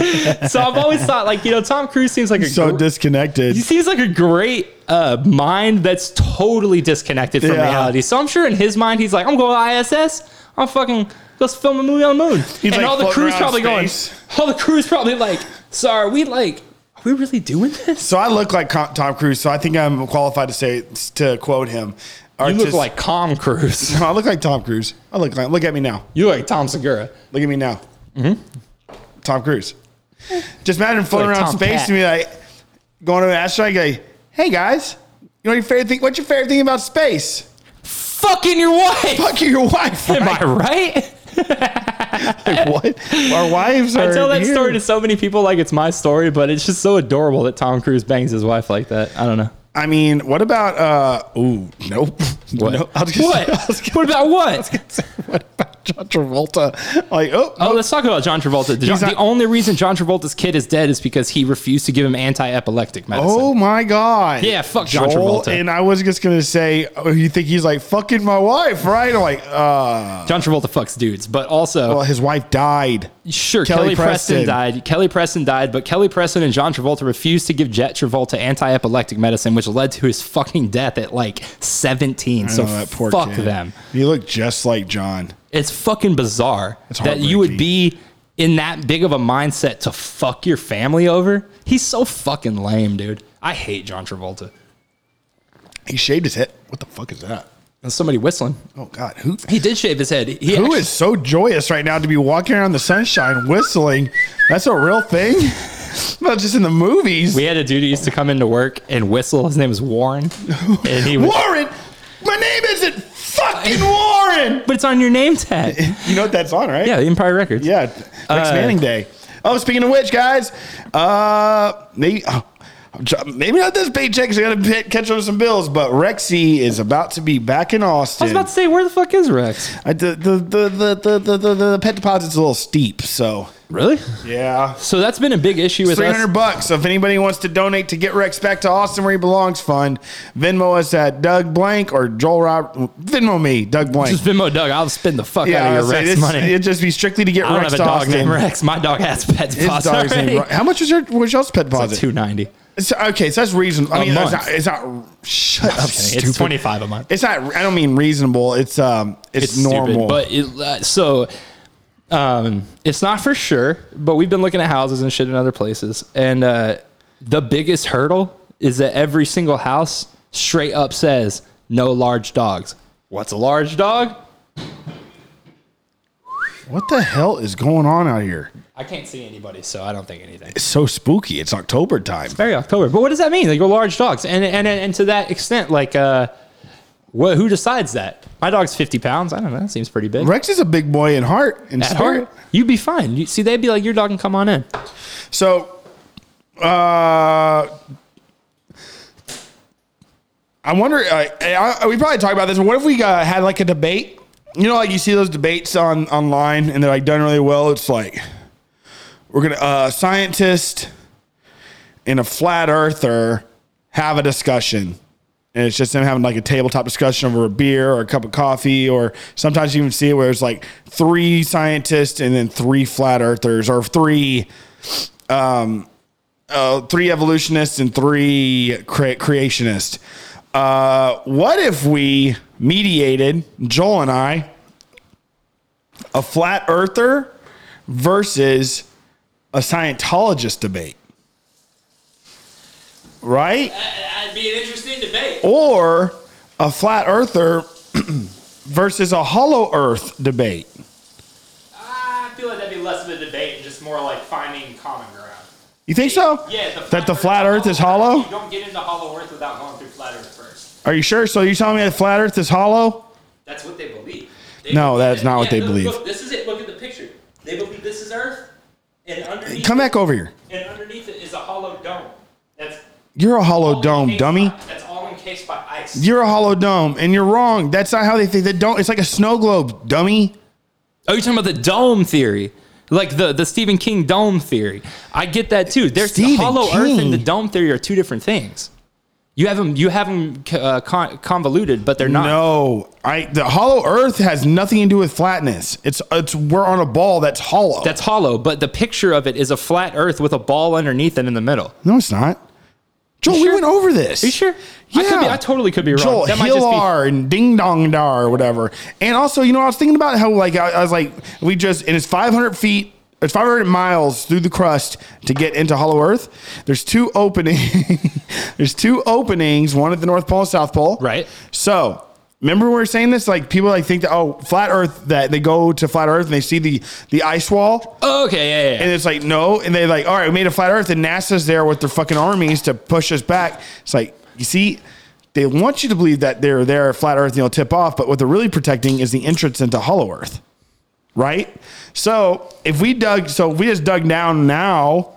Speaker 2: So I've always thought, like, you know, Tom Cruise seems like a
Speaker 1: So
Speaker 2: gr-
Speaker 1: disconnected.
Speaker 2: he seems like a great uh, mind that's totally disconnected from
Speaker 1: Yeah.
Speaker 2: reality. So I'm sure in his mind he's like, I'm going to ISS. I'm fucking let's film a movie on the moon. and
Speaker 1: like,
Speaker 2: all the
Speaker 1: floating
Speaker 2: crew's
Speaker 1: around
Speaker 2: probably
Speaker 1: space.
Speaker 2: going. All the crew's probably like, so are we like, are we really doing this?
Speaker 1: So I look like Co- Tom Cruise. So I think I'm qualified to say to quote him.
Speaker 2: You look
Speaker 1: Artist-
Speaker 2: like Tom Cruise.
Speaker 1: No, I look like Tom Cruise. I look like look at me now.
Speaker 2: You look like Tom Segura.
Speaker 1: Look at me now. Tom Cruise. Just imagine
Speaker 2: Mm-hmm.
Speaker 1: floating
Speaker 2: Like
Speaker 1: around
Speaker 2: Tom
Speaker 1: space
Speaker 2: Pat.
Speaker 1: and be like, going to an astronaut, and go, hey guys, you know your favorite thing? What's your favorite thing about space?
Speaker 2: Fucking your wife.
Speaker 1: Fuck you, your wife.
Speaker 2: Am
Speaker 1: right?
Speaker 2: I right?
Speaker 1: Like, what? Our wives are.
Speaker 2: I tell that
Speaker 1: here.
Speaker 2: story to so many people like it's my story, but it's just so adorable that Tom Cruise bangs his wife like that. I don't know.
Speaker 1: I mean, what about? uh Ooh, nope.
Speaker 2: What?
Speaker 1: Nope. I was gonna- I was
Speaker 2: what?
Speaker 1: gonna-
Speaker 2: What about what?
Speaker 1: what about John Travolta. Like, oh,
Speaker 2: Oh, let's talk about John Travolta. The,
Speaker 1: He's not-
Speaker 2: the only reason John Travolta's kid is dead is because he refused to give him anti-epileptic medicine.
Speaker 1: oh my God.
Speaker 2: Yeah, fuck John Travolta.
Speaker 1: And I was just going to say, oh, you think he's like fucking my wife, right? I'm like, uh,
Speaker 2: John Travolta fucks dudes, but also
Speaker 1: well, his wife died.
Speaker 2: sure Kelly,
Speaker 1: Kelly
Speaker 2: Preston.
Speaker 1: Preston.
Speaker 2: died. Kelly Preston died, but Kelly Preston and John Travolta refused to give Jet Travolta anti-epileptic medicine, which led to his fucking death at like 17. So
Speaker 1: Oh, that poor
Speaker 2: fuck
Speaker 1: kid.
Speaker 2: them.
Speaker 1: You look just like John.
Speaker 2: It's fucking bizarre
Speaker 1: It's
Speaker 2: that you would be in that big of a mindset to fuck your family over. He's so fucking lame, dude. I hate John Travolta.
Speaker 1: He shaved his head. What the fuck is that?
Speaker 2: That's somebody whistling.
Speaker 1: Oh God, who
Speaker 2: He did shave his head. He
Speaker 1: who
Speaker 2: actually-
Speaker 1: is so joyous right now to be walking around in the sunshine whistling? That's a real thing. Not just in the movies.
Speaker 2: We had a dude who used to come into work and whistle. His name was Warren, and he was.
Speaker 1: Warren, my name isn't fucking Warren.
Speaker 2: But it's on your name tag.
Speaker 1: You know what that's on, right?
Speaker 2: Yeah, the Empire Records.
Speaker 1: Yeah. Rex
Speaker 2: Uh,
Speaker 1: Manning Day. Oh, speaking of which, guys, uh, maybe, oh, I'm try- maybe not this paycheck 'cause I got to catch up some bills, but Rexy is about to be back in
Speaker 2: I
Speaker 1: Austin.
Speaker 2: was about to say, where the fuck is Rex?
Speaker 1: I, the, the, the, the, the, the, the, the pet deposit's a little steep, so
Speaker 2: Really?
Speaker 1: yeah.
Speaker 2: So that's been a big issue with
Speaker 1: Three hundred
Speaker 2: us.
Speaker 1: bucks. So if anybody wants to donate to get Rex back to Austin where he belongs, fund Venmo us at Doug Blank or Joel Rob. Venmo me, Doug Blank.
Speaker 2: Just Venmo Doug. I'll spend the fuck out
Speaker 1: yeah,
Speaker 2: of your
Speaker 1: I'll say
Speaker 2: Rex
Speaker 1: this-
Speaker 2: money.
Speaker 1: It'd just be strictly to get
Speaker 2: I don't
Speaker 1: Rex
Speaker 2: have a
Speaker 1: to
Speaker 2: dog
Speaker 1: Austin.
Speaker 2: named Rex. My dog has pets.
Speaker 1: His dog's name- How much was your was y'all's pet deposit?
Speaker 2: Two ninety.
Speaker 1: So, okay, so that's reasonable. I mean, that's
Speaker 2: month.
Speaker 1: not, it's not. Shut up, stupid.
Speaker 2: It's twenty five a month.
Speaker 1: It's not. I don't mean reasonable. It's um. It's,
Speaker 2: it's Stupid,
Speaker 1: normal.
Speaker 2: but it, uh, so um, it's not for sure. But we've been looking at houses and shit in other places, and uh, the biggest hurdle is that every single house straight up says no large dogs. What's a large dog?
Speaker 1: what the hell is going on out here?
Speaker 2: I can't see anybody, so I don't think anything.
Speaker 1: It's so spooky. It's October time.
Speaker 2: Very October, but what does that mean? Like, we're large dogs, and and and to that extent, like, uh, what who decides that? My dog's fifty pounds. I don't know. That seems pretty big.
Speaker 1: Rex is a big boy in heart and
Speaker 2: At
Speaker 1: spirit.
Speaker 2: heart, you'd be fine. You, see, they'd be like, your dog can come on in.
Speaker 1: So, uh, I wonder. Uh, I, I- we probably talked about this. What if we uh, had like a debate? You know, like you see those debates on online, and they're like done really well. It's like we're gonna uh, scientist and a flat earther have a discussion. And it's just them having like a tabletop discussion over a beer or a cup of coffee, or sometimes you even see it where it's like three scientists and then three flat earthers or three uh, three evolutionists and three cre- creationists. Uh, what if we mediated Joel and I a flat earther versus a Scientologist debate? Right?
Speaker 2: That'd be an interesting debate.
Speaker 1: Or a flat earther versus a hollow earth debate?
Speaker 2: I feel like that'd be less of a debate and just more like finding common ground.
Speaker 1: You think so? that the flat earth is hollow?
Speaker 2: don't get into hollow earth without going through flat earth first.
Speaker 1: Are you sure? So you're telling me that flat earth is hollow?
Speaker 2: That's what they believe.
Speaker 1: No, believe that's that- not what yeah, they look- believe. look,
Speaker 2: this is it. Look at the picture. They believe this is earth, and underneath
Speaker 1: Come back over here.
Speaker 2: and underneath it is a hollow dome. That's
Speaker 1: You're a
Speaker 2: Oh,
Speaker 1: hollow Oh, dome, dummy.
Speaker 2: that's all encased by ice.
Speaker 1: You're a hollow dome, and you're wrong. That's not how they think. They don't. It's like a snow globe, dummy.
Speaker 2: Oh, you're talking about the dome theory, like the the Stephen King dome theory. I get that too. There's the
Speaker 1: Stephen
Speaker 2: hollow earth
Speaker 1: King.
Speaker 2: and the dome theory are two different things. You have them, you have them uh, con- convoluted, but they're not.
Speaker 1: No, I. The hollow Earth has nothing to do with flatness. It's it's we're on a ball that's hollow.
Speaker 2: That's hollow, but the picture of it is a flat Earth with a ball underneath and in the middle.
Speaker 1: no, it's not. Joel, we
Speaker 2: sure?
Speaker 1: went over this.
Speaker 2: Are you sure? I, could be, I totally could be wrong.
Speaker 1: Joel
Speaker 2: that might just be.
Speaker 1: Hillar and Ding Dong Dar or whatever. And also, you know, I was thinking about how like I, I was like we just and it's 500 feet. It's 500 miles through the crust to get into Hollow Earth. There's two opening. there's two openings. One at the North Pole and South Pole.
Speaker 2: Right.
Speaker 1: So remember we were saying this. Like people like think that oh flat Earth that they go to flat Earth and they see the the ice wall
Speaker 2: Oh, okay, yeah, yeah,
Speaker 1: and
Speaker 2: yeah.
Speaker 1: it's like no and they like all right we made a flat Earth and NASA's there with their fucking armies to push us back. It's like you see. They want you to believe that they're there, at flat Earth, and they'll tip off. But what they're really protecting is the entrance into Hollow Earth, right? So if we dug, so if we just dug down now.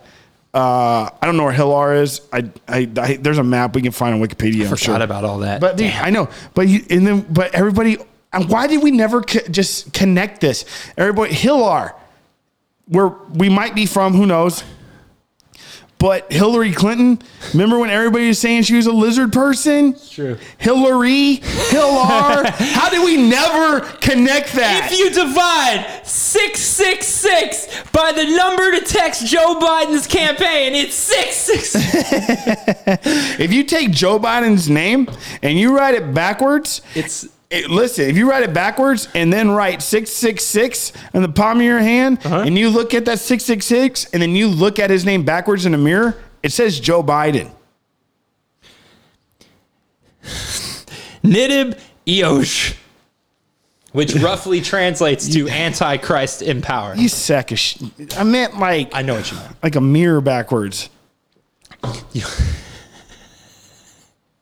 Speaker 1: Uh, I don't know where Hillar is. I, I, I there's a map we can find on Wikipedia. I'm
Speaker 2: Forgot
Speaker 1: sure.
Speaker 2: about all that.
Speaker 1: But dude, I know. But you, and then but everybody And why did we never co- just connect this? Everybody, Hillar, where we might be from, who knows? But Hillary Clinton, remember when everybody was saying she was a lizard person? It's
Speaker 2: true.
Speaker 1: Hillary, Hillar. How did we never connect that?
Speaker 2: If you divide 666 by the number to text Joe Biden's campaign, it's 666.
Speaker 1: If you take Joe Biden's name and you write it backwards,
Speaker 2: It's
Speaker 1: it- listen, if you write it backwards and then write 666 in the palm of your hand and you look at that 666 and then you look at his name backwards in a mirror, it says Joe Biden.
Speaker 2: Nidib Eosh, which roughly translates to Antichrist in power.
Speaker 1: You sack of sh- I meant like
Speaker 2: I know what you meant.
Speaker 1: like a mirror backwards.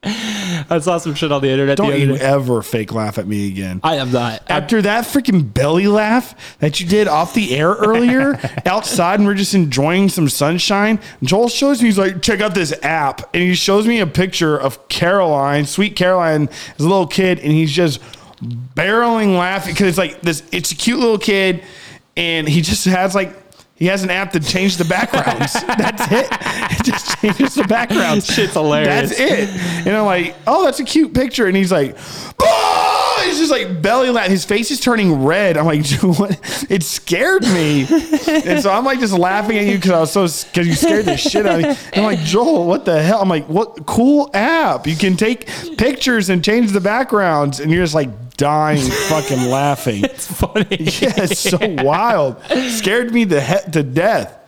Speaker 2: I saw some shit on the internet.
Speaker 1: Don't you ever fake laugh at me again.
Speaker 2: I am not.
Speaker 1: After that freaking belly laugh that you did off the air earlier outside, and we're just enjoying some sunshine, Joel shows me, he's like, check out this app. And he shows me a picture of Caroline, sweet Caroline, as a little kid, and he's just barreling laughing because it's like this, it's a cute little kid, and he just has like, he has an app that changes the backgrounds. That's it. It just changes the backgrounds.
Speaker 2: Shit's hilarious.
Speaker 1: That's it. And I'm like, oh, that's a cute picture. And he's like, "Ah!" he's just like belly laugh. His face is turning red. I'm like, dude, what? It scared me. and so I'm like just laughing at you because I was so because you scared the shit out of me. And I'm like, Joel, what the hell? I'm like, what cool app? You can take pictures and change the backgrounds, and you're just like dying fucking laughing.
Speaker 2: It's funny.
Speaker 1: Yeah, it's so wild. Scared me to he- to death.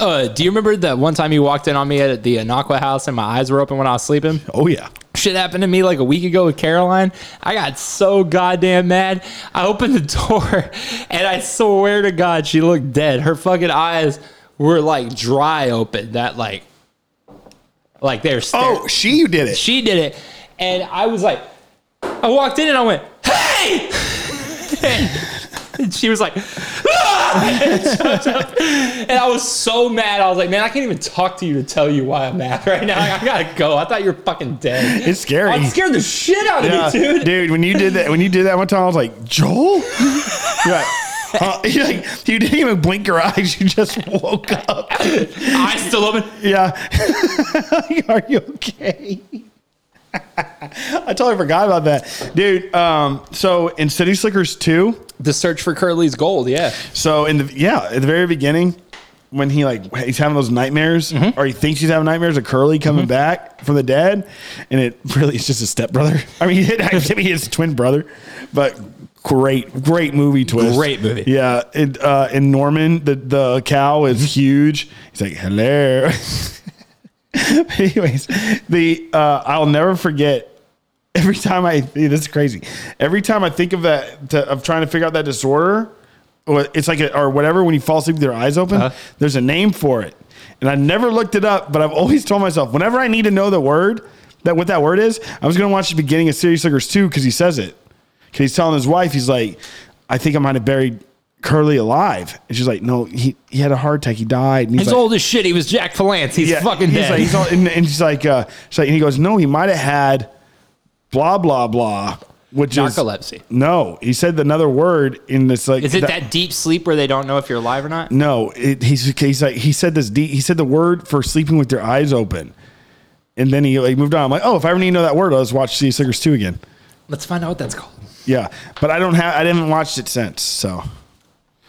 Speaker 2: Uh, do you remember that one time you walked in on me at the Anaqua house and my eyes were open when I was sleeping?
Speaker 1: Oh yeah.
Speaker 2: Shit happened to me like a week ago with Caroline. I got so goddamn mad. I opened the door and I swear to God, she looked dead. Her fucking eyes were like dry open. That like, like they're staring.
Speaker 1: Oh, she did it.
Speaker 2: She did it. And I was like, I walked in and I went, hey! and she was like, "Ah!" and, jumped up. And I was so mad. I was like, man, I can't even talk to you to tell you why I'm mad right now. Like, I gotta go. I thought you were fucking dead.
Speaker 1: It's scary.
Speaker 2: I scared the shit out of
Speaker 1: Yeah,
Speaker 2: you, dude.
Speaker 1: When you did that, when you did that one time, I was like, Joel. You're like, huh? You're like, you didn't even blink your eyes. You just woke up.
Speaker 2: Eyes still open.
Speaker 1: Yeah. Like, Are you okay? I totally forgot about that, dude. Um, so in City Slickers two,
Speaker 2: The search for Curly's gold. Yeah.
Speaker 1: so in the yeah, at the very beginning, when he like he's having those nightmares,
Speaker 2: Mm-hmm.
Speaker 1: or he thinks he's having nightmares of Curly coming back from the dead, and it really is just his stepbrother. I mean, it actually is his twin brother, but great, great movie twist.
Speaker 2: Great movie.
Speaker 1: Yeah, it, uh, and Norman the the cow is
Speaker 2: Mm-hmm.
Speaker 1: huge. He's like hello. Anyways, the uh, I'll never forget every time I this is crazy. Every time I think of that to, of trying to figure out that disorder, or it's like a, or whatever when you fall asleep with your eyes open.
Speaker 2: Uh-huh.
Speaker 1: There's a name for it, and I never looked it up. But I've always told myself whenever I need to know the word that what that word is, I was going to watch the beginning of Serious Slickers two because he says it. Because he's telling his wife, he's like, I think I might have buried Curly alive, and she's like, No, he, he had a heart attack, he died. And
Speaker 2: He's
Speaker 1: like,
Speaker 2: old as shit. He was Jack Palance. He's fucking
Speaker 1: he's
Speaker 2: dead.
Speaker 1: Like, he's all, and, and she's like, uh, she's like, and he goes, no, he might have had blah blah blah, which
Speaker 2: Narcolepsy.
Speaker 1: is no. He said another word in this like.
Speaker 2: Is it that deep sleep where they don't know if you're alive or not?
Speaker 1: No, it, he's he's like he said this. D, he said the word for sleeping with your eyes open, and then he like moved on. I'm like, oh, if I ever need to know that word, I'll just watch Sea Slickers two again.
Speaker 2: Let's find out what that's called.
Speaker 1: Yeah, but I don't have. I haven't watched it since. So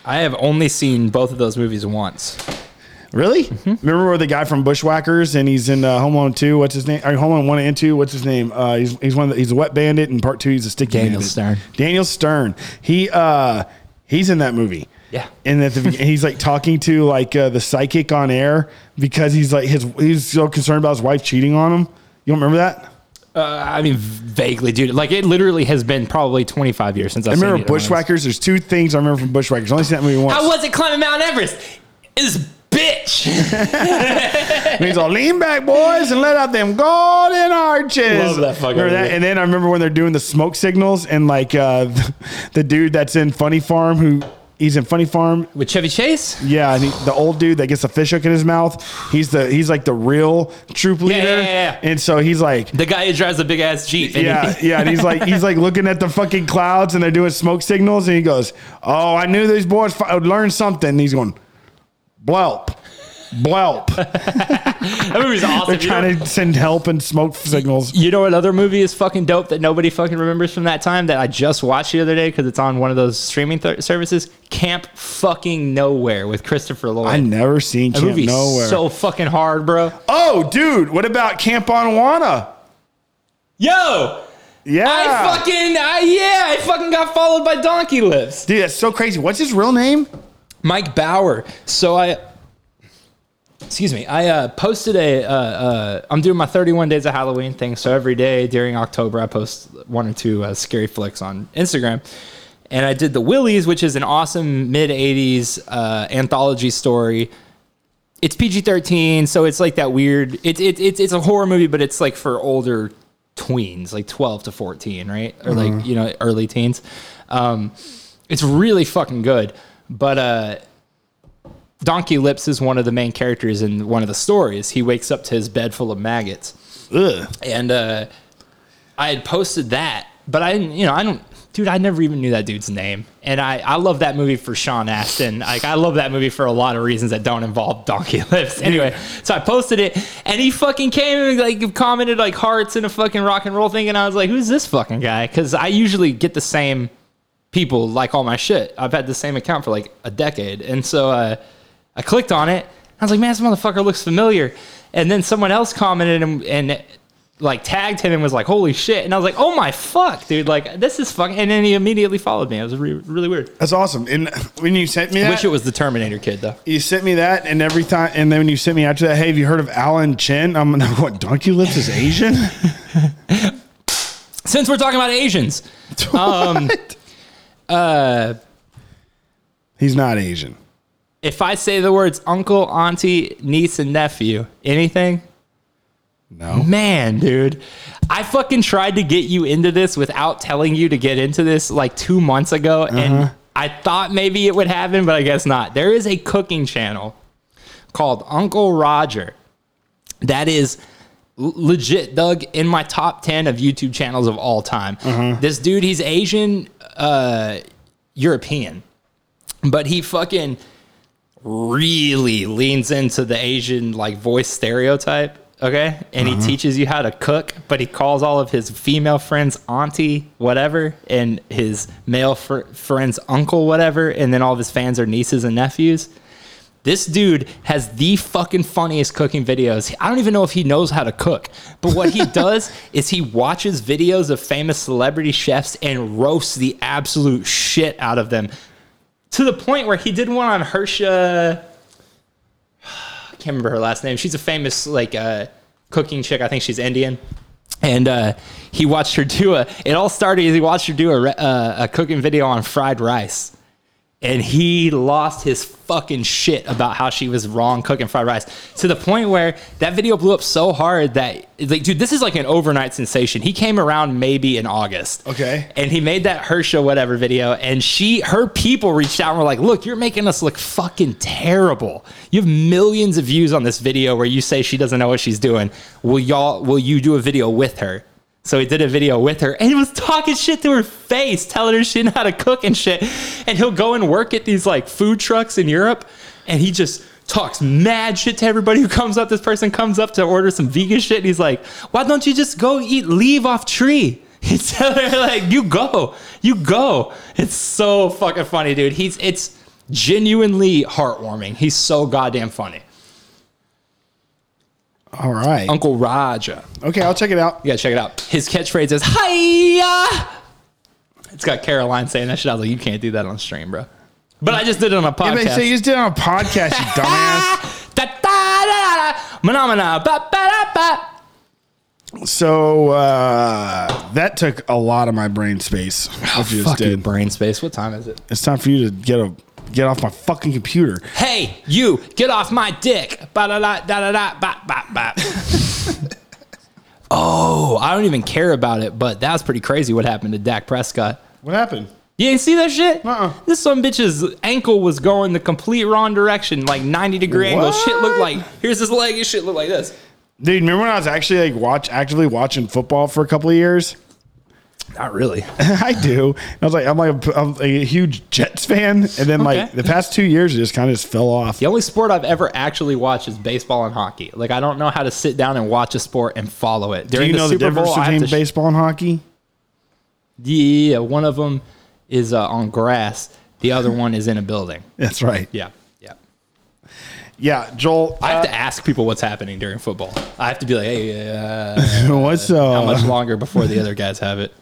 Speaker 2: I have only seen both of those movies once.
Speaker 1: really,
Speaker 2: Mm-hmm.
Speaker 1: remember where the guy from Bushwhackers and he's in uh, Home Alone two. What's his name? Or Home Alone one and two. What's his name? Uh, he's he's one. Of the, he's a wet bandit, and part two he's a sticky.
Speaker 2: Daniel
Speaker 1: bandit.
Speaker 2: Stern.
Speaker 1: Daniel Stern. He uh he's in that movie.
Speaker 2: Yeah.
Speaker 1: And at the be- he's like talking to like uh, the psychic on air because he's like his he's so concerned about his wife cheating on him. You don't remember that?
Speaker 2: Uh, I mean, vaguely, dude. Like it literally has been probably 25 years since I've
Speaker 1: I
Speaker 2: seen
Speaker 1: remember
Speaker 2: either one of those.
Speaker 1: Bushwhackers. There's two things I remember from Bushwhackers. I only seen that movie once.
Speaker 2: I wasn't climbing Mount Everest. Is bitch.
Speaker 1: And he's all lean back, boys, and let out them golden arches.
Speaker 2: Love that fucking
Speaker 1: Remember
Speaker 2: movie.
Speaker 1: And then I remember when they're doing the smoke signals and like uh, the, dude that's in Funny Farm who He's in Funny Farm.
Speaker 2: With Chevy Chase?
Speaker 1: Yeah, and he, the old dude that gets the fish hook in his mouth. He's the he's like the real troop leader.
Speaker 2: yeah, yeah, yeah.
Speaker 1: And so he's like
Speaker 2: The guy who drives a big ass Jeep. and
Speaker 1: yeah, yeah, and he's like, he's like looking at the fucking clouds, and they're doing smoke signals, and he goes, "Oh, I knew these boys fi- would learn something." And he's going, "Blelp, blelp."
Speaker 2: That movie's awesome.
Speaker 1: They're
Speaker 2: You know,
Speaker 1: trying to send help and smoke signals.
Speaker 2: you know what other movie is fucking dope that nobody fucking remembers from that time that I just watched the other day because it's on one of those streaming th- services? Camp fucking Nowhere with Christopher Lloyd.
Speaker 1: I never seen
Speaker 2: that
Speaker 1: Camp
Speaker 2: movie's
Speaker 1: Nowhere.
Speaker 2: so fucking hard, bro.
Speaker 1: oh, dude, what about Camp Onwana?
Speaker 2: Yo,
Speaker 1: Yeah,
Speaker 2: I fucking, I, yeah, I fucking got followed by Donkey Lips.
Speaker 1: dude, that's so crazy. What's his real name?
Speaker 2: Mike Bauer. So I, excuse me, I uh, posted a, uh, uh, I'm doing my 31 days of Halloween thing. So every day during October, I post one or two uh, scary flicks on Instagram. And I did The Willies, which is an awesome mid 80s uh, anthology story. It's PG 13, so it's like that weird, it's it, it's it's a horror movie, but it's like for older tweens, like 12 to 14, right? Or like, you know, early teens. Um, it's really fucking good. But uh, Donkey Lips is one of the main characters in one of the stories. He wakes up to his bed full of maggots,
Speaker 1: Ugh.
Speaker 2: and uh, I had posted that, but I didn't. You know, I don't, dude. I never even knew that dude's name, and I I love that movie for Sean Astin. Like I love that movie for a lot of reasons that don't involve Donkey Lips. Anyway, so I posted it, and he fucking came and like commented like hearts and a fucking rock and roll thing, and I was like, who's this fucking guy? Because I usually get the same people like all my shit. I've had the same account for like a decade. And so uh, I clicked on it. I was like, man, this motherfucker looks familiar. And then someone else commented and, and like tagged him and was like, holy shit. And I was like, oh my fuck, dude. Like, this is fucking. And then he immediately followed me. It was re- really weird. Uh,
Speaker 1: That's awesome. And when you sent me that,
Speaker 2: Wish it was the Terminator kid, though.
Speaker 1: you sent me that, and every time, and then when you sent me after that, hey, have you heard of Alan Chen? I'm like, what? Donkey Lips is Asian?
Speaker 2: Since we're talking about Asians, um,
Speaker 1: He's not Asian.
Speaker 2: if I say the words uncle, auntie, niece, and nephew, anything,
Speaker 1: No.
Speaker 2: Man, dude, I fucking tried to get you into this without telling you to get into this like two months ago, and I thought maybe it would happen, but I guess not. There is a cooking channel called Uncle Roger that is l- legit, Doug, in my top 10 of YouTube channels of all time. This dude, he's Asian, uh, European, but he fucking really leans into the Asian like voice stereotype. Okay. And he teaches you how to cook, but he calls all of his female friends auntie, whatever, and his male fr- friends uncle, whatever. And then all of his fans are nieces and nephews. This dude has the fucking funniest cooking videos. I don't even know if he knows how to cook, but what he does is he watches videos of famous celebrity chefs and roasts the absolute shit out of them to the point where he did one on Hersha. I can't remember her last name. She's a famous like uh, cooking chick. I think she's Indian. And uh, he watched her do a. It all started. He watched her do a, re- uh, a cooking video on fried rice and he lost his fucking shit about how she was wrong cooking fried rice to the point where that video blew up so hard that like dude this is like an overnight sensation he came around maybe in august
Speaker 1: Okay.
Speaker 2: and he made that Hersha whatever video and she her people reached out and were like look you're making us look fucking terrible you have millions of views on this video where you say she doesn't know what she's doing will y'all will you do a video with her so he did a video with her and he was talking shit to her face, telling her she didn't know how to cook and shit. And he'll go and work at these like food trucks in Europe and he just talks mad shit to everybody who comes up. This person comes up to order some vegan shit and he's like, Why don't you just go eat leave off tree? He's telling her like, You go, you go. It's so fucking funny, dude. He's it's genuinely heartwarming. He's so goddamn funny.
Speaker 1: All right.
Speaker 2: Uncle Raja.
Speaker 1: Okay, I'll check it out.
Speaker 2: You gotta check it out. His catchphrase is "Hiya." It's got Caroline saying that shit. I was like, you can't do that on stream, bro. But I just did it on a
Speaker 1: But
Speaker 2: podcast.
Speaker 1: so you just did it on a podcast, you dumbass.
Speaker 2: Ah, da, da, da, da, Phenomena, ba, ba, da, ba.
Speaker 1: So uh, that took a lot of my brain space. What you just
Speaker 2: Oh, Fuck you,
Speaker 1: did.
Speaker 2: brain space. What time is it?
Speaker 1: It's time for you to get a get off my fucking computer.
Speaker 2: Hey, you, get off my dick. Ba da da da da da ba ba ba. Oh, I don't even care about it, but that was pretty crazy what happened to Dak Prescott.
Speaker 1: What happened?
Speaker 2: You ain't see that shit?
Speaker 1: Uh-uh.
Speaker 2: This some bitch's ankle was going the complete wrong direction, like 90 degree angle. Shit looked like, here's his leg, his shit looked like this.
Speaker 1: Dude, remember when I was actually like watch actively watching football for a couple of years?
Speaker 2: Not really.
Speaker 1: I do. And I was like, I'm like a, I'm a huge Jets fan, and then like
Speaker 2: Okay.
Speaker 1: the past two years, it just kind of just fell off.
Speaker 2: The only sport I've ever actually watched is baseball and hockey. Like I don't know how to sit down and watch a sport and follow it.
Speaker 1: Do
Speaker 2: During
Speaker 1: you know the,
Speaker 2: Super
Speaker 1: difference
Speaker 2: Bowl, I have
Speaker 1: between
Speaker 2: to sh-
Speaker 1: baseball and hockey?
Speaker 2: yeah, E, uh, one of them is uh, on grass. The other one is in a building.
Speaker 1: That's right.
Speaker 2: Yeah, yeah.
Speaker 1: Yeah, Joel.
Speaker 2: I have to ask people what's happening during football. I have to be like, hey, uh,
Speaker 1: what's uh,
Speaker 2: how much longer before the other guys have it?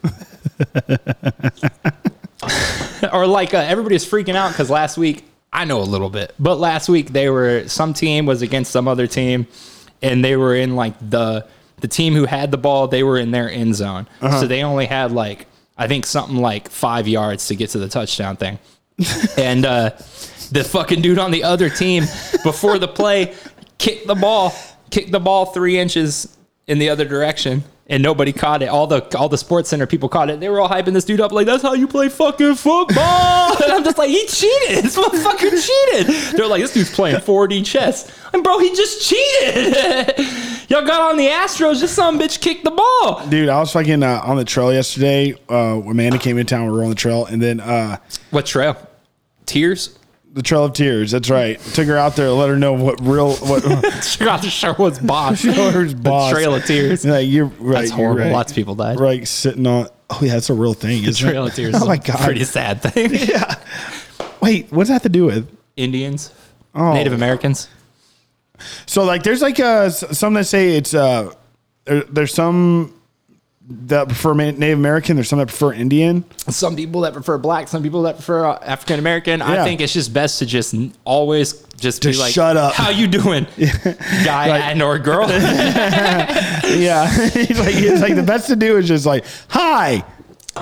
Speaker 2: or like uh, everybody's freaking out because last week I know a little bit, but last week they were some team was against some other team, and they were in like the the team who had the ball they were in their end zone, so they only had like I think something like five yards to get to the touchdown thing, and uh, the fucking dude on the other team before the play kicked the ball, kicked the ball three inches in the other direction. And nobody caught it. All the all the sports center people caught it. They were all hyping this dude up like that's how you play fucking football. and I'm just like, he cheated. This motherfucker cheated. They're like, this dude's playing 4D chess. And bro, he just cheated. Y'all got on the Astros, just some bitch kicked the ball.
Speaker 1: dude? I was fucking uh, on the trail yesterday. Uh, Amanda came in town. We were on the trail, and then uh,
Speaker 2: What trail? Tears?
Speaker 1: the Trail of Tears. That's right. Took her out there, let her know what real what
Speaker 2: Forgot the show was boss.
Speaker 1: Showers boss.
Speaker 2: The trail of tears.
Speaker 1: like you're right.
Speaker 2: That's
Speaker 1: you're
Speaker 2: horrible.
Speaker 1: Right.
Speaker 2: Lots of people died.
Speaker 1: Right, sitting on. Oh yeah, that's a real thing. Isn't
Speaker 2: Trail
Speaker 1: it?
Speaker 2: of tears.
Speaker 1: Oh
Speaker 2: is
Speaker 1: my
Speaker 2: a
Speaker 1: god.
Speaker 2: Pretty sad thing.
Speaker 1: Yeah. Wait, what's that have to do with?
Speaker 2: Indians,
Speaker 1: Oh.
Speaker 2: Native Americans.
Speaker 1: So like, there's like uh, s- some that say it's uh, there, there's some that prefer Ma- Native American. There's some that prefer Indian.
Speaker 2: Some people that prefer black. Some people that prefer uh, African American.
Speaker 1: Yeah.
Speaker 2: I think it's just best to just n- always just, be
Speaker 1: Just
Speaker 2: like,
Speaker 1: shut up.
Speaker 2: How you doing, guy
Speaker 1: Like-
Speaker 2: and or girl?
Speaker 1: Yeah, it's like it's like the best to do is just like hi.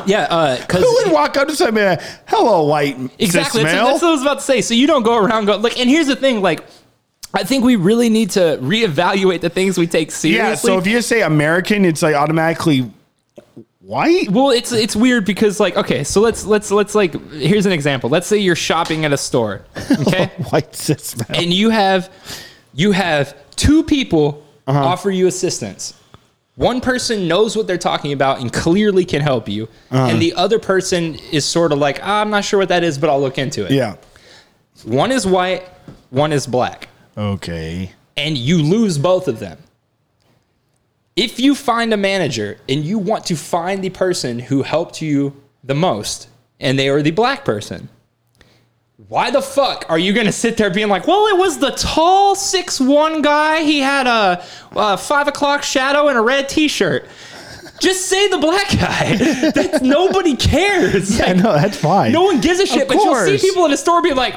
Speaker 2: yeah, uh, because
Speaker 1: Who would walk up to somebody? and, uh, Hello, white.
Speaker 2: Exactly. That's,
Speaker 1: Male?
Speaker 2: that's what I was about to say. So you don't go around go like. And here's the thing, like. I think we really need to reevaluate the things we take seriously.
Speaker 1: yeah. So if you say American, it's like automatically white.
Speaker 2: well, it's it's weird because like okay, so let's let's let's like here's an example. Let's say you're shopping at a store, okay,
Speaker 1: White cis male.
Speaker 2: and you have you have two people offer you assistance. One person knows what they're talking about and clearly can help you, and the other person is sort of like, "Ah, I'm not sure what that is, but I'll look into it.
Speaker 1: Yeah.
Speaker 2: One is white, one is black.
Speaker 1: Okay.
Speaker 2: and you lose both of them. If you find a manager and you want to find the person who helped you the most and they are the black person, why the fuck are you gonna sit there being like, well, it was the tall six one guy. He had a, a five o'clock shadow and a red t shirt. Just say the black guy. That's, nobody cares.
Speaker 1: I know that's fine.
Speaker 2: No one gives a shit, but you'll
Speaker 1: course.
Speaker 2: see people in the store be like,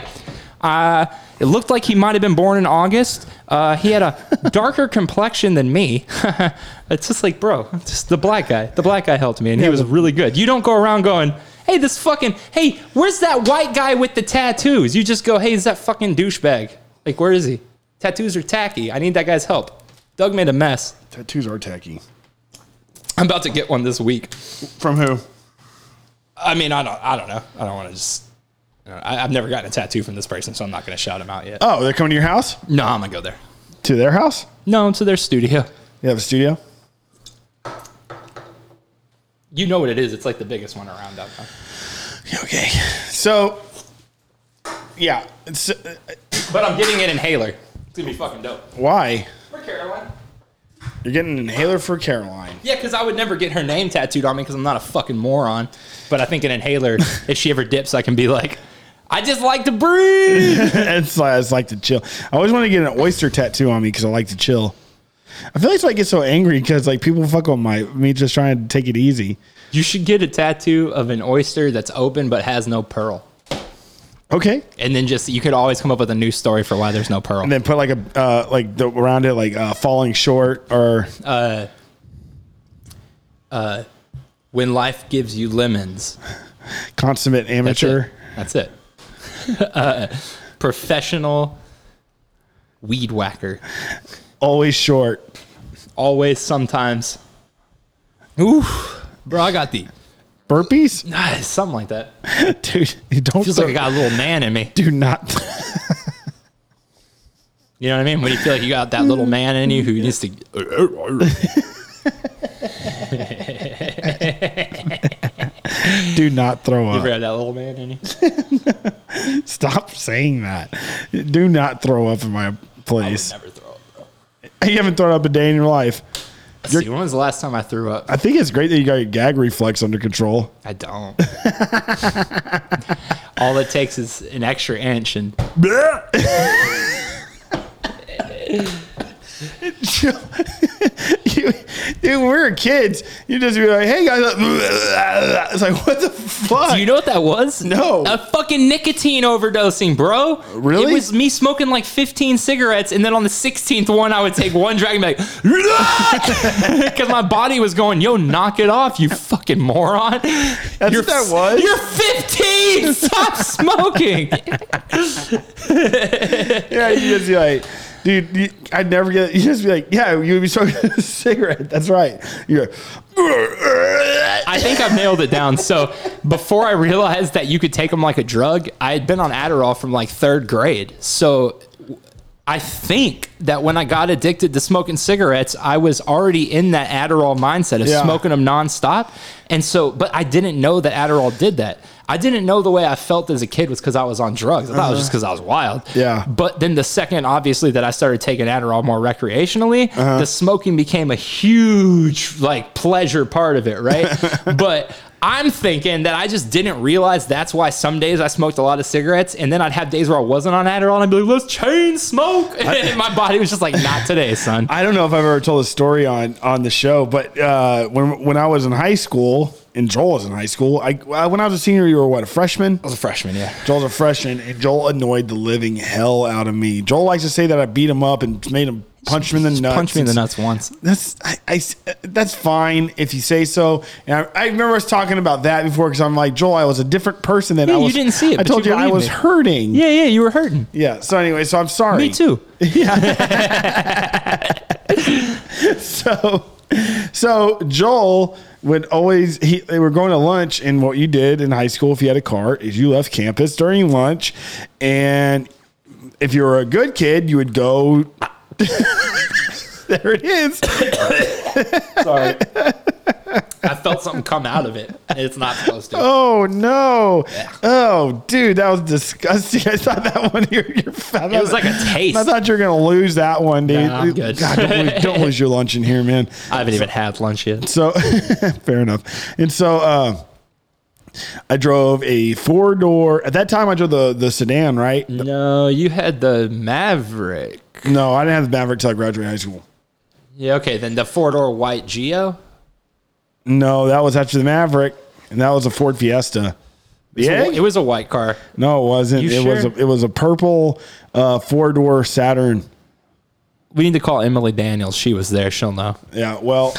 Speaker 2: uh, it looked like he might have been born in August. Uh, he had a darker complexion than me. it's just like, bro, just the black guy. The black guy helped me, and he was really good. You don't go around going, hey, this fucking, hey, where's that white guy with the tattoos? You just go, hey, is that fucking douchebag? Like, where is he? Tattoos are tacky. I need that guy's help. Doug made a mess.
Speaker 1: Tattoos are tacky.
Speaker 2: I'm about to get one this week.
Speaker 1: From who?
Speaker 2: I mean, I don't, I don't know. I don't want to just. I don't know. I, I've never gotten a tattoo from this person, so I'm not going to shout him out yet.
Speaker 1: Oh, they're coming to your house?
Speaker 2: no, I'm going to go there.
Speaker 1: To their house?
Speaker 2: No, to their studio.
Speaker 1: They have a studio?
Speaker 2: You know what it is. It's like the biggest one around downtown.
Speaker 1: Okay. So, yeah. It's, uh,
Speaker 2: But I'm getting an inhaler. It's going to be fucking dope.
Speaker 1: why?
Speaker 2: For Caroline.
Speaker 1: You're getting an inhaler for Caroline.
Speaker 2: Yeah, because I would never get her name tattooed on me because I'm not a fucking moron. But I think an inhaler, if she ever dips, I can be like, I just like to breathe.
Speaker 1: it's like, I just like to chill. I always want to get an oyster tattoo on me because I like to chill. I feel like that's why I get so angry because like people fuck on my me just trying to take it easy.
Speaker 2: you should get a tattoo of an oyster that's open but has no pearl.
Speaker 1: Okay.
Speaker 2: And then just, you could always come up with a new story for why there's no pearl.
Speaker 1: And then put like a uh, like the, around it like uh, falling short or
Speaker 2: When life gives you lemons.
Speaker 1: consummate
Speaker 2: That's
Speaker 1: amateur.
Speaker 2: it. That's it. uh, professional weed whacker.
Speaker 1: Always short.
Speaker 2: Always, sometimes. Ooh, bro, I got deep.
Speaker 1: burpees?
Speaker 2: Something like that.
Speaker 1: Dude, you don't
Speaker 2: Feels
Speaker 1: throw,
Speaker 2: like I got a little man in me.
Speaker 1: do not
Speaker 2: You know what I mean? When you feel like you got that little man in you who needs to.
Speaker 1: do not throw
Speaker 2: Ever
Speaker 1: up.
Speaker 2: had that little man in you?
Speaker 1: Stop saying that. Do not throw up in my place.
Speaker 2: Never throw up, bro.
Speaker 1: You haven't thrown up a day in your life.
Speaker 2: See, when was the last time I threw up?
Speaker 1: I think it's great that you got your gag reflex under control.
Speaker 2: I don't. All it takes is an extra inch, and
Speaker 1: you, dude, when we were kids, you just be like, "Hey guys," it's like, "What the fuck?"
Speaker 2: do you know what that was?
Speaker 1: No.
Speaker 2: a fucking nicotine overdosing, bro.
Speaker 1: Really?
Speaker 2: It was me smoking like 15 cigarettes, and then on the 16th one, I would take one drag and be like, because my body was going, "Yo, knock it off, you fucking moron." That's
Speaker 1: what that was?
Speaker 2: You're 15. Stop smoking.
Speaker 1: yeah, you just be like, "Dude, you, I'd never get." You just be like, "Yeah, you would be smoking a cigarette." That's right. You're. Like,
Speaker 2: I think I've nailed it down. So before I realized that you could take them like a drug, I had been on Adderall from like third grade. So I think that when I got addicted to smoking cigarettes, I was already in that Adderall mindset of
Speaker 1: Yeah.
Speaker 2: smoking them nonstop. And so, but I didn't know that Adderall did that. I didn't know the way I felt as a kid was because I was on drugs. I thought it was just because I was wild.
Speaker 1: Uh-huh. Yeah.
Speaker 2: But then the second, obviously, that I started taking Adderall more recreationally, the smoking became a huge like pleasure part of it, right? but I'm thinking that I just didn't realize that's why some days I smoked a lot of cigarettes, and then I'd have days where I wasn't on Adderall, and I'd be like, "Let's chain smoke," and my body was just like, "Not today, son."
Speaker 1: I don't know if I've ever told a story on on the show, but uh, when when I was in high school, and Joel was in high school, I uh, when I was a senior, you were what a freshman.
Speaker 2: was a freshman, yeah.
Speaker 1: Joel's a freshman, and Joel annoyed the living hell out of me. Joel likes to say that I beat him up and made him punch him in the nuts.
Speaker 2: Punch me in the nuts once.
Speaker 1: That's I, I s- that's fine if you say so. And I, I remember us talking about that before because I'm like Joel, I was a different person than I
Speaker 2: you
Speaker 1: was.
Speaker 2: didn't see it,
Speaker 1: I
Speaker 2: but
Speaker 1: told
Speaker 2: you
Speaker 1: you, I
Speaker 2: believed
Speaker 1: was
Speaker 2: me.
Speaker 1: hurting.
Speaker 2: Yeah, yeah, you were hurting.
Speaker 1: Yeah. So anyway, so I'm sorry.
Speaker 2: Me too.
Speaker 1: So, so Joel would always he, they were going to lunch, and what you did in high school, if you had a car, is you left campus during lunch, and if you were a good kid, you would go. there it is.
Speaker 2: Sorry. I felt something come out of it. It's not supposed to.
Speaker 1: Oh no! Oh, dude, that was disgusting. I thought that one. Your, your,
Speaker 2: It was like a taste.
Speaker 1: I thought you were gonna lose that one, dude.
Speaker 2: Nah, I'm good.
Speaker 1: God, don't lose, don't lose your lunch in here, man.
Speaker 2: I haven't even had lunch yet.
Speaker 1: So fair enough. And so uh, I drove a four door. At that time, I drove the the sedan. Right?
Speaker 2: No, you had the Maverick.
Speaker 1: No, I didn't have the Maverick till I graduated high school.
Speaker 2: Yeah, okay, then the four door white Geo.
Speaker 1: No, that was after the Maverick, and that was a Ford Fiesta. Yeah,
Speaker 2: It was a white car.
Speaker 1: no, it wasn't.
Speaker 2: You
Speaker 1: it was a,
Speaker 2: sure?
Speaker 1: it was a purple uh, four door Saturn.
Speaker 2: We need to call Emily Daniels. She was there. She'll know.
Speaker 1: Yeah. Well,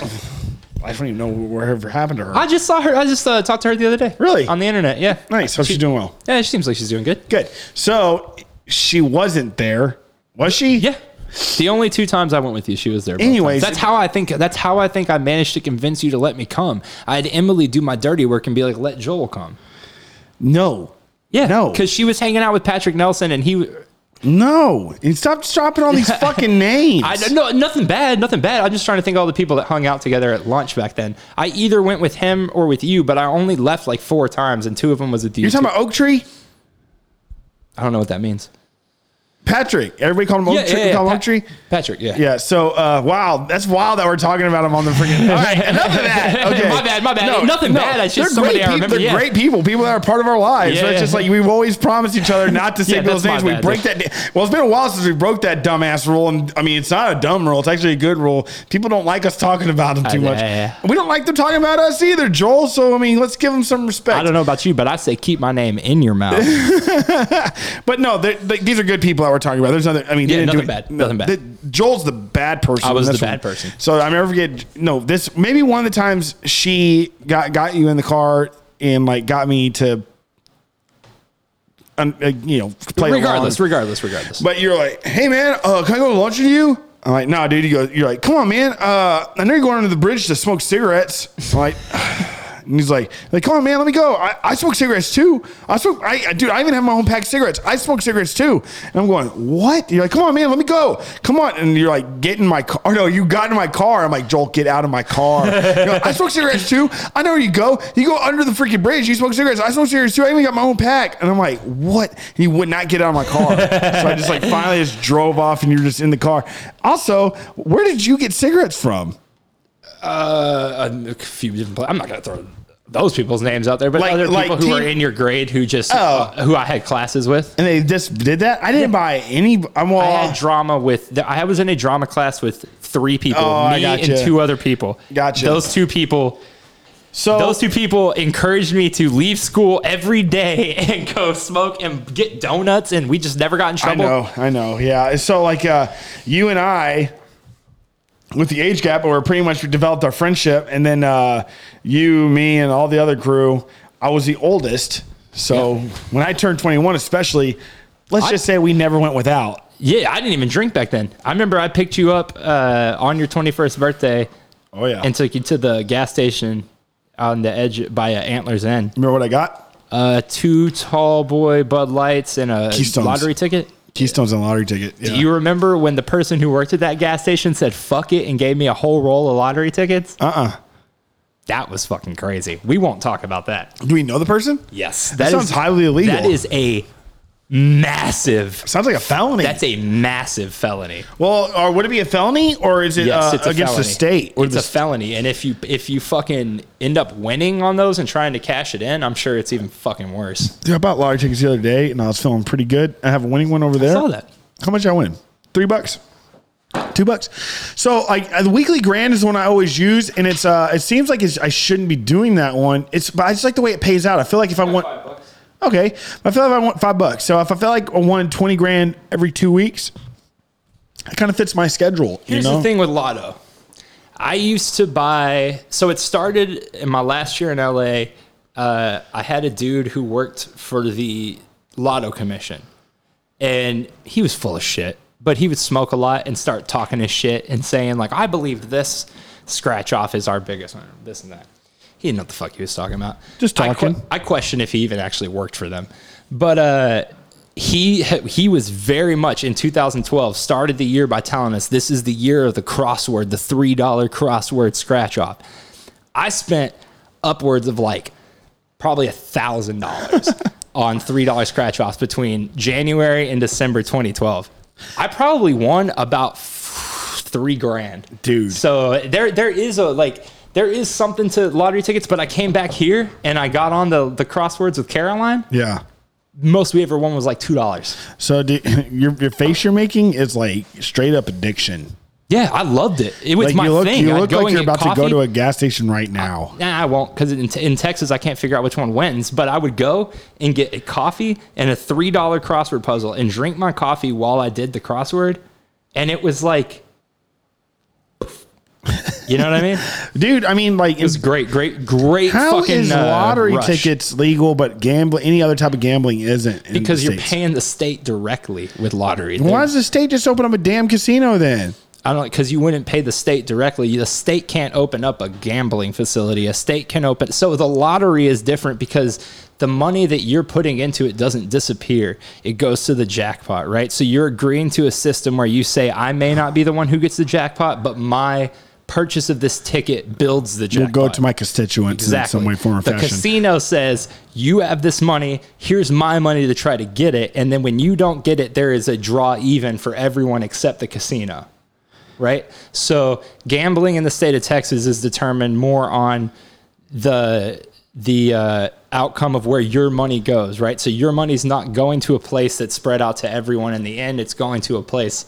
Speaker 1: I don't even know whatever happened to her.
Speaker 2: I just saw her. I just uh, talked to her the other day.
Speaker 1: Really?
Speaker 2: On the internet. Yeah.
Speaker 1: nice. Hope she's doing well.
Speaker 2: Yeah, she seems like she's doing good.
Speaker 1: Good. So she wasn't there, was she?
Speaker 2: Yeah. The only two times I went with you, she was there. both
Speaker 1: Anyways-
Speaker 2: times. that's how I think. That's how I think I managed to convince you to let me come. I had Emily do my dirty work and be like, "Let Joel come."
Speaker 1: No.
Speaker 2: Yeah,
Speaker 1: No.
Speaker 2: because she was hanging out with Patrick Nelson, and he.
Speaker 1: No. And stop dropping all these fucking names.
Speaker 2: I no nothing bad, nothing bad. I'm just trying to think of all the people that hung out together at lunch back then. I either went with him or with you, but I only left like four times, and two of them was with you.
Speaker 1: You're
Speaker 2: two.
Speaker 1: talking about Oak Tree?
Speaker 2: I don't know what that means.
Speaker 1: Patrick. Everybody called him Oak
Speaker 2: Yeah,
Speaker 1: Tree.
Speaker 2: yeah, yeah,
Speaker 1: Call him
Speaker 2: Pat-
Speaker 1: Oak Tree?
Speaker 2: Patrick, yeah.
Speaker 1: Yeah. So, uh, wow. That's wild that we're talking about him on the freaking. All right. Enough of that. Okay.
Speaker 2: My bad, my bad. Nothing bad, it's just
Speaker 1: they're
Speaker 2: somebody
Speaker 1: great
Speaker 2: I
Speaker 1: people.
Speaker 2: remember,
Speaker 1: They're
Speaker 2: yeah.
Speaker 1: great people. People that are part of our lives.
Speaker 2: Yeah,
Speaker 1: so it's
Speaker 2: yeah.
Speaker 1: just like we've always promised each other not to say
Speaker 2: Yeah,
Speaker 1: people's
Speaker 2: that's my
Speaker 1: names. We
Speaker 2: bad,
Speaker 1: break that. Well, it's been a while since we broke that dumbass rule. And I mean, it's not a dumb rule. It's actually a good rule. People don't like us talking about them too
Speaker 2: yeah,
Speaker 1: much.
Speaker 2: yeah.
Speaker 1: We don't like them talking about us either, Joel. So, I mean, let's give them some respect.
Speaker 2: I don't know about you, but I say keep my name in your mouth.
Speaker 1: But no, they're- they, these are good people that we're talking about. There's nothing. I mean, they
Speaker 2: Yeah,
Speaker 1: didn't do
Speaker 2: nothing
Speaker 1: it-
Speaker 2: bad, nothing bad.
Speaker 1: the- Joel's the bad person.
Speaker 2: I
Speaker 1: in
Speaker 2: was
Speaker 1: this
Speaker 2: the bad person.
Speaker 1: So I never forget. No, this maybe one of the times she got got you in the car and like got me to, un, uh, you know, play
Speaker 2: regardless,
Speaker 1: along.
Speaker 2: regardless, regardless.
Speaker 1: But you're like, hey man, uh, can I go to lunch with you? I'm like, nah, dude. You go. You're like, come on, man. Uh, I know you're going under the bridge to smoke cigarettes. I'm like, And he's like, like, come on, man, let me go. I, I smoke cigarettes too. I smoke, I, I- dude, I even have my own pack of cigarettes. I smoke cigarettes too. And I'm going, what? You're like, come on, man, let me go. Come on. And you're like, get in my car. Or no, you got in my car. I'm like, Joel, get out of my car. You're like, I smoke cigarettes too. I know where you go. You go under the freaking bridge. You smoke cigarettes. I smoke cigarettes too. I even got my own pack. And I'm like, what? He would not get out of my car. so I just like finally just drove off and you're just in the car. Also, where did you get cigarettes from?
Speaker 2: Uh, a few different. Pla- I'm not gonna throw those people's names out there, but
Speaker 1: Like-
Speaker 2: other people
Speaker 1: like Oh.
Speaker 2: who are
Speaker 1: team-
Speaker 2: in your grade who just uh, who I had classes with.
Speaker 1: And they just did that. I didn't buy any. uh, I'm all.
Speaker 2: I had drama with. the- I was in a drama class with three people,
Speaker 1: Oh, I
Speaker 2: me and
Speaker 1: gotcha.
Speaker 2: two other people.
Speaker 1: Gotcha.
Speaker 2: Those two people.
Speaker 1: so
Speaker 2: Those two people encouraged me to leave school every day and go smoke and get donuts, and we just never got in
Speaker 1: I
Speaker 2: trouble.
Speaker 1: know, I know. Yeah. So like uh, you and I, with the age gap, we're pretty much developed our friendship, and then uh, you, me, and all the other crew. I was the oldest, so when I turned 21, especially, let's just say we never went without.
Speaker 2: Yeah, I didn't even drink back then. I remember I picked you up uh, on your 21st birthday
Speaker 1: Oh yeah.
Speaker 2: and took you to the gas station on the edge by uh, Antlers End.
Speaker 1: Remember what I got?
Speaker 2: Uh, two tall boy Bud Lights and a
Speaker 1: Keystones.
Speaker 2: lottery ticket.
Speaker 1: Keystones and lottery ticket. Yeah.
Speaker 2: Do you remember when the person who worked at that gas station said "fuck it" and gave me a whole roll of lottery tickets?
Speaker 1: uh uh
Speaker 2: That was fucking crazy. We won't talk about that.
Speaker 1: Do we know the person?
Speaker 2: Yes,
Speaker 1: That sounds highly illegal.
Speaker 2: That is a massive.
Speaker 1: sounds like a felony.
Speaker 2: That's a massive felony.
Speaker 1: well, or would it be a felony, or is it
Speaker 2: Yes,
Speaker 1: uh,
Speaker 2: it's a
Speaker 1: against
Speaker 2: felony.
Speaker 1: the state? Or
Speaker 2: It's
Speaker 1: the
Speaker 2: a felony, and if you if you fucking end up winning on those and trying to cash it in, I'm sure it's even fucking worse.
Speaker 1: Dude, I bought lottery tickets the other day, and I was feeling pretty good. I have a winning one over there.
Speaker 2: saw that.
Speaker 1: How much I win? Three bucks. Two bucks. So like uh, the weekly grand is the one I always use, and it's uh it seems like it's, I shouldn't be doing that one. It's but I just like the way it pays out. I feel like if I want okay, I feel like I want five bucks. So if I feel like I won twenty grand every two weeks, it kind of fits my schedule.
Speaker 2: Here's
Speaker 1: you know?
Speaker 2: the thing with Lotto. I used to buy, so it started in my last year in LA. Uh, I had a dude who worked for the Lotto Commission, and he was full of shit, but he would smoke a lot and start talking his shit and saying, like, I believe this scratch off is our biggest one, this and that. He didn't know what the fuck he was talking about.
Speaker 1: Just
Speaker 2: I que-
Speaker 1: talking.
Speaker 2: I question if he even actually worked for them, but uh, he he was very much in 2012. Started the year by telling us this is the year of the crossword, the three dollar crossword scratch off. I spent upwards of like probably a thousand dollars on three dollar scratch offs between January and December 2012. I probably won about f- three grand,
Speaker 1: Dude.
Speaker 2: So there, there is a like, there is something to lottery tickets. But I came back here and I got on the the crosswords with Caroline.
Speaker 1: Yeah.
Speaker 2: Most we ever won was like two dollars.
Speaker 1: So do, your your face you're making is like straight up addiction.
Speaker 2: Yeah, I loved it. It was
Speaker 1: Like
Speaker 2: my
Speaker 1: you look,
Speaker 2: thing.
Speaker 1: you
Speaker 2: I'd
Speaker 1: look
Speaker 2: go
Speaker 1: like
Speaker 2: and
Speaker 1: you're
Speaker 2: get
Speaker 1: about to go
Speaker 2: coffee.
Speaker 1: to a gas station right now.
Speaker 2: Nah, I won't because in, in Texas I can't figure out which one wins. But I would go and get a coffee and a three dollar crossword puzzle and drink my coffee while I did the crossword, and it was like, you know what I mean? It
Speaker 1: Dude, I mean, like,
Speaker 2: was great, great, great.
Speaker 1: how
Speaker 2: fucking,
Speaker 1: is
Speaker 2: uh,
Speaker 1: lottery
Speaker 2: rush.
Speaker 1: tickets legal, but gambling, any other type of gambling isn't? in the
Speaker 2: Because you're
Speaker 1: States?
Speaker 2: paying the state directly with lottery.
Speaker 1: Why does the state just open up a damn casino then?
Speaker 2: I don't because you wouldn't pay the state directly. The state can't open up a gambling facility. A state can open. So the lottery is different because the money that you're putting into it doesn't disappear. It goes to the jackpot, right? So you're agreeing to a system where you say, I may not be the one who gets the jackpot, but my purchase of this ticket builds the
Speaker 1: We'll
Speaker 2: jackpot.
Speaker 1: go to my constituents in some way, form, or
Speaker 2: the
Speaker 1: fashion.
Speaker 2: casino says you have this money. Here's my money to try to get it, and then when you don't get it, there is a draw even for everyone except the casino, right? So gambling in the state of Texas is determined more on the the uh, outcome of where your money goes, right? So your money's not going to a place that's spread out to everyone. In the end, it's going to a place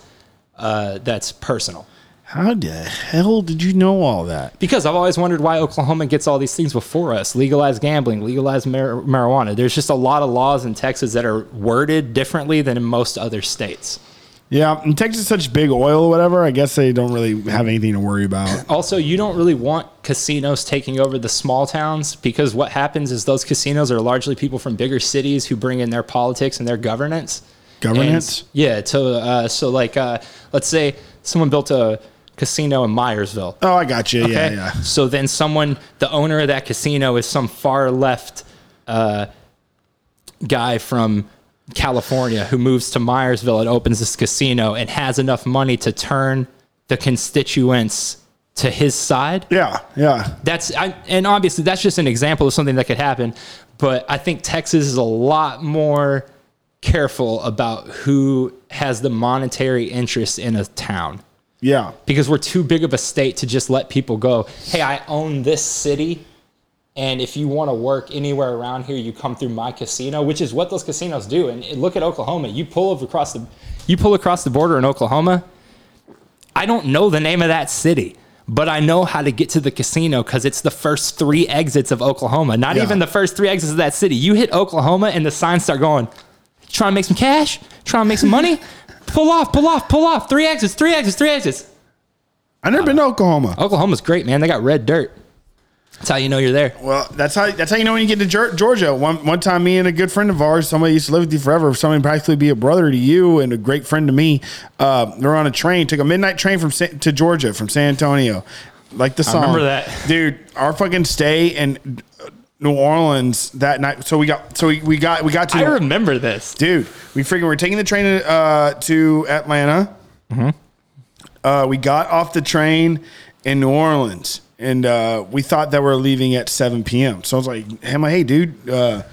Speaker 2: uh, that's personal.
Speaker 1: How the hell did you know all that?
Speaker 2: Because I've always wondered why Oklahoma gets all these things before us legalize gambling, legalize mar- marijuana. There's just a lot of laws in Texas that are worded differently than in most other states.
Speaker 1: Yeah, in Texas, is such big oil or whatever. I guess they don't really have anything to worry about.
Speaker 2: Also, you don't really want casinos taking over the small towns because what happens is those casinos are largely people from bigger cities who bring in their politics and their governance.
Speaker 1: Governance?
Speaker 2: And- yeah. To, uh, so, like, uh, let's say someone built a casino in Myersville.
Speaker 1: Oh, I got you. Yeah,
Speaker 2: Okay?
Speaker 1: yeah.
Speaker 2: So then someone, the owner of that casino is some far left uh, guy from California who moves to Myersville and opens this casino and has enough money to turn the constituents to his side
Speaker 1: Yeah, yeah.
Speaker 2: that's I, and obviously that's just an example of something that could happen but i think texas is a lot more careful about who has the monetary interest in a town
Speaker 1: Yeah.
Speaker 2: because we're too big of a state to just let people go hey i own this city and if you want to work anywhere around here you come through my casino which is what those casinos do and look at oklahoma you pull over across the you pull across the border in oklahoma i don't know the name of that city but I know how to get to the casino because it's the first three exits of Oklahoma. Not
Speaker 1: Yeah.
Speaker 2: even the first three exits of that city. You hit Oklahoma and the signs start going, trying to make some cash, trying to make some money. Pull off, pull off, pull off. Three exits, three exits, three exits.
Speaker 1: I've never been to Oklahoma.
Speaker 2: Oklahoma's great, man. They got red dirt. That's how you know you're there.
Speaker 1: Well, that's how that's how you know when you get to Ger- Georgia. One one time, me and a good friend of ours, somebody used to live with you forever, somebody practically be a brother to you and a great friend to me. Uh, they were on a train, took a midnight train from Sa- to Georgia from San Antonio, like the song.
Speaker 2: remember that.
Speaker 1: dude. Our fucking stay in uh, New Orleans that night. So we got so we, we got we got to
Speaker 2: I remember this.
Speaker 1: dude. We freaking were taking the train uh, to Atlanta. Uh, we got off the train in New Orleans, and uh, we thought that we are leaving at 7 p.m. So I was like, "Hey, my- hey, dude." Uh,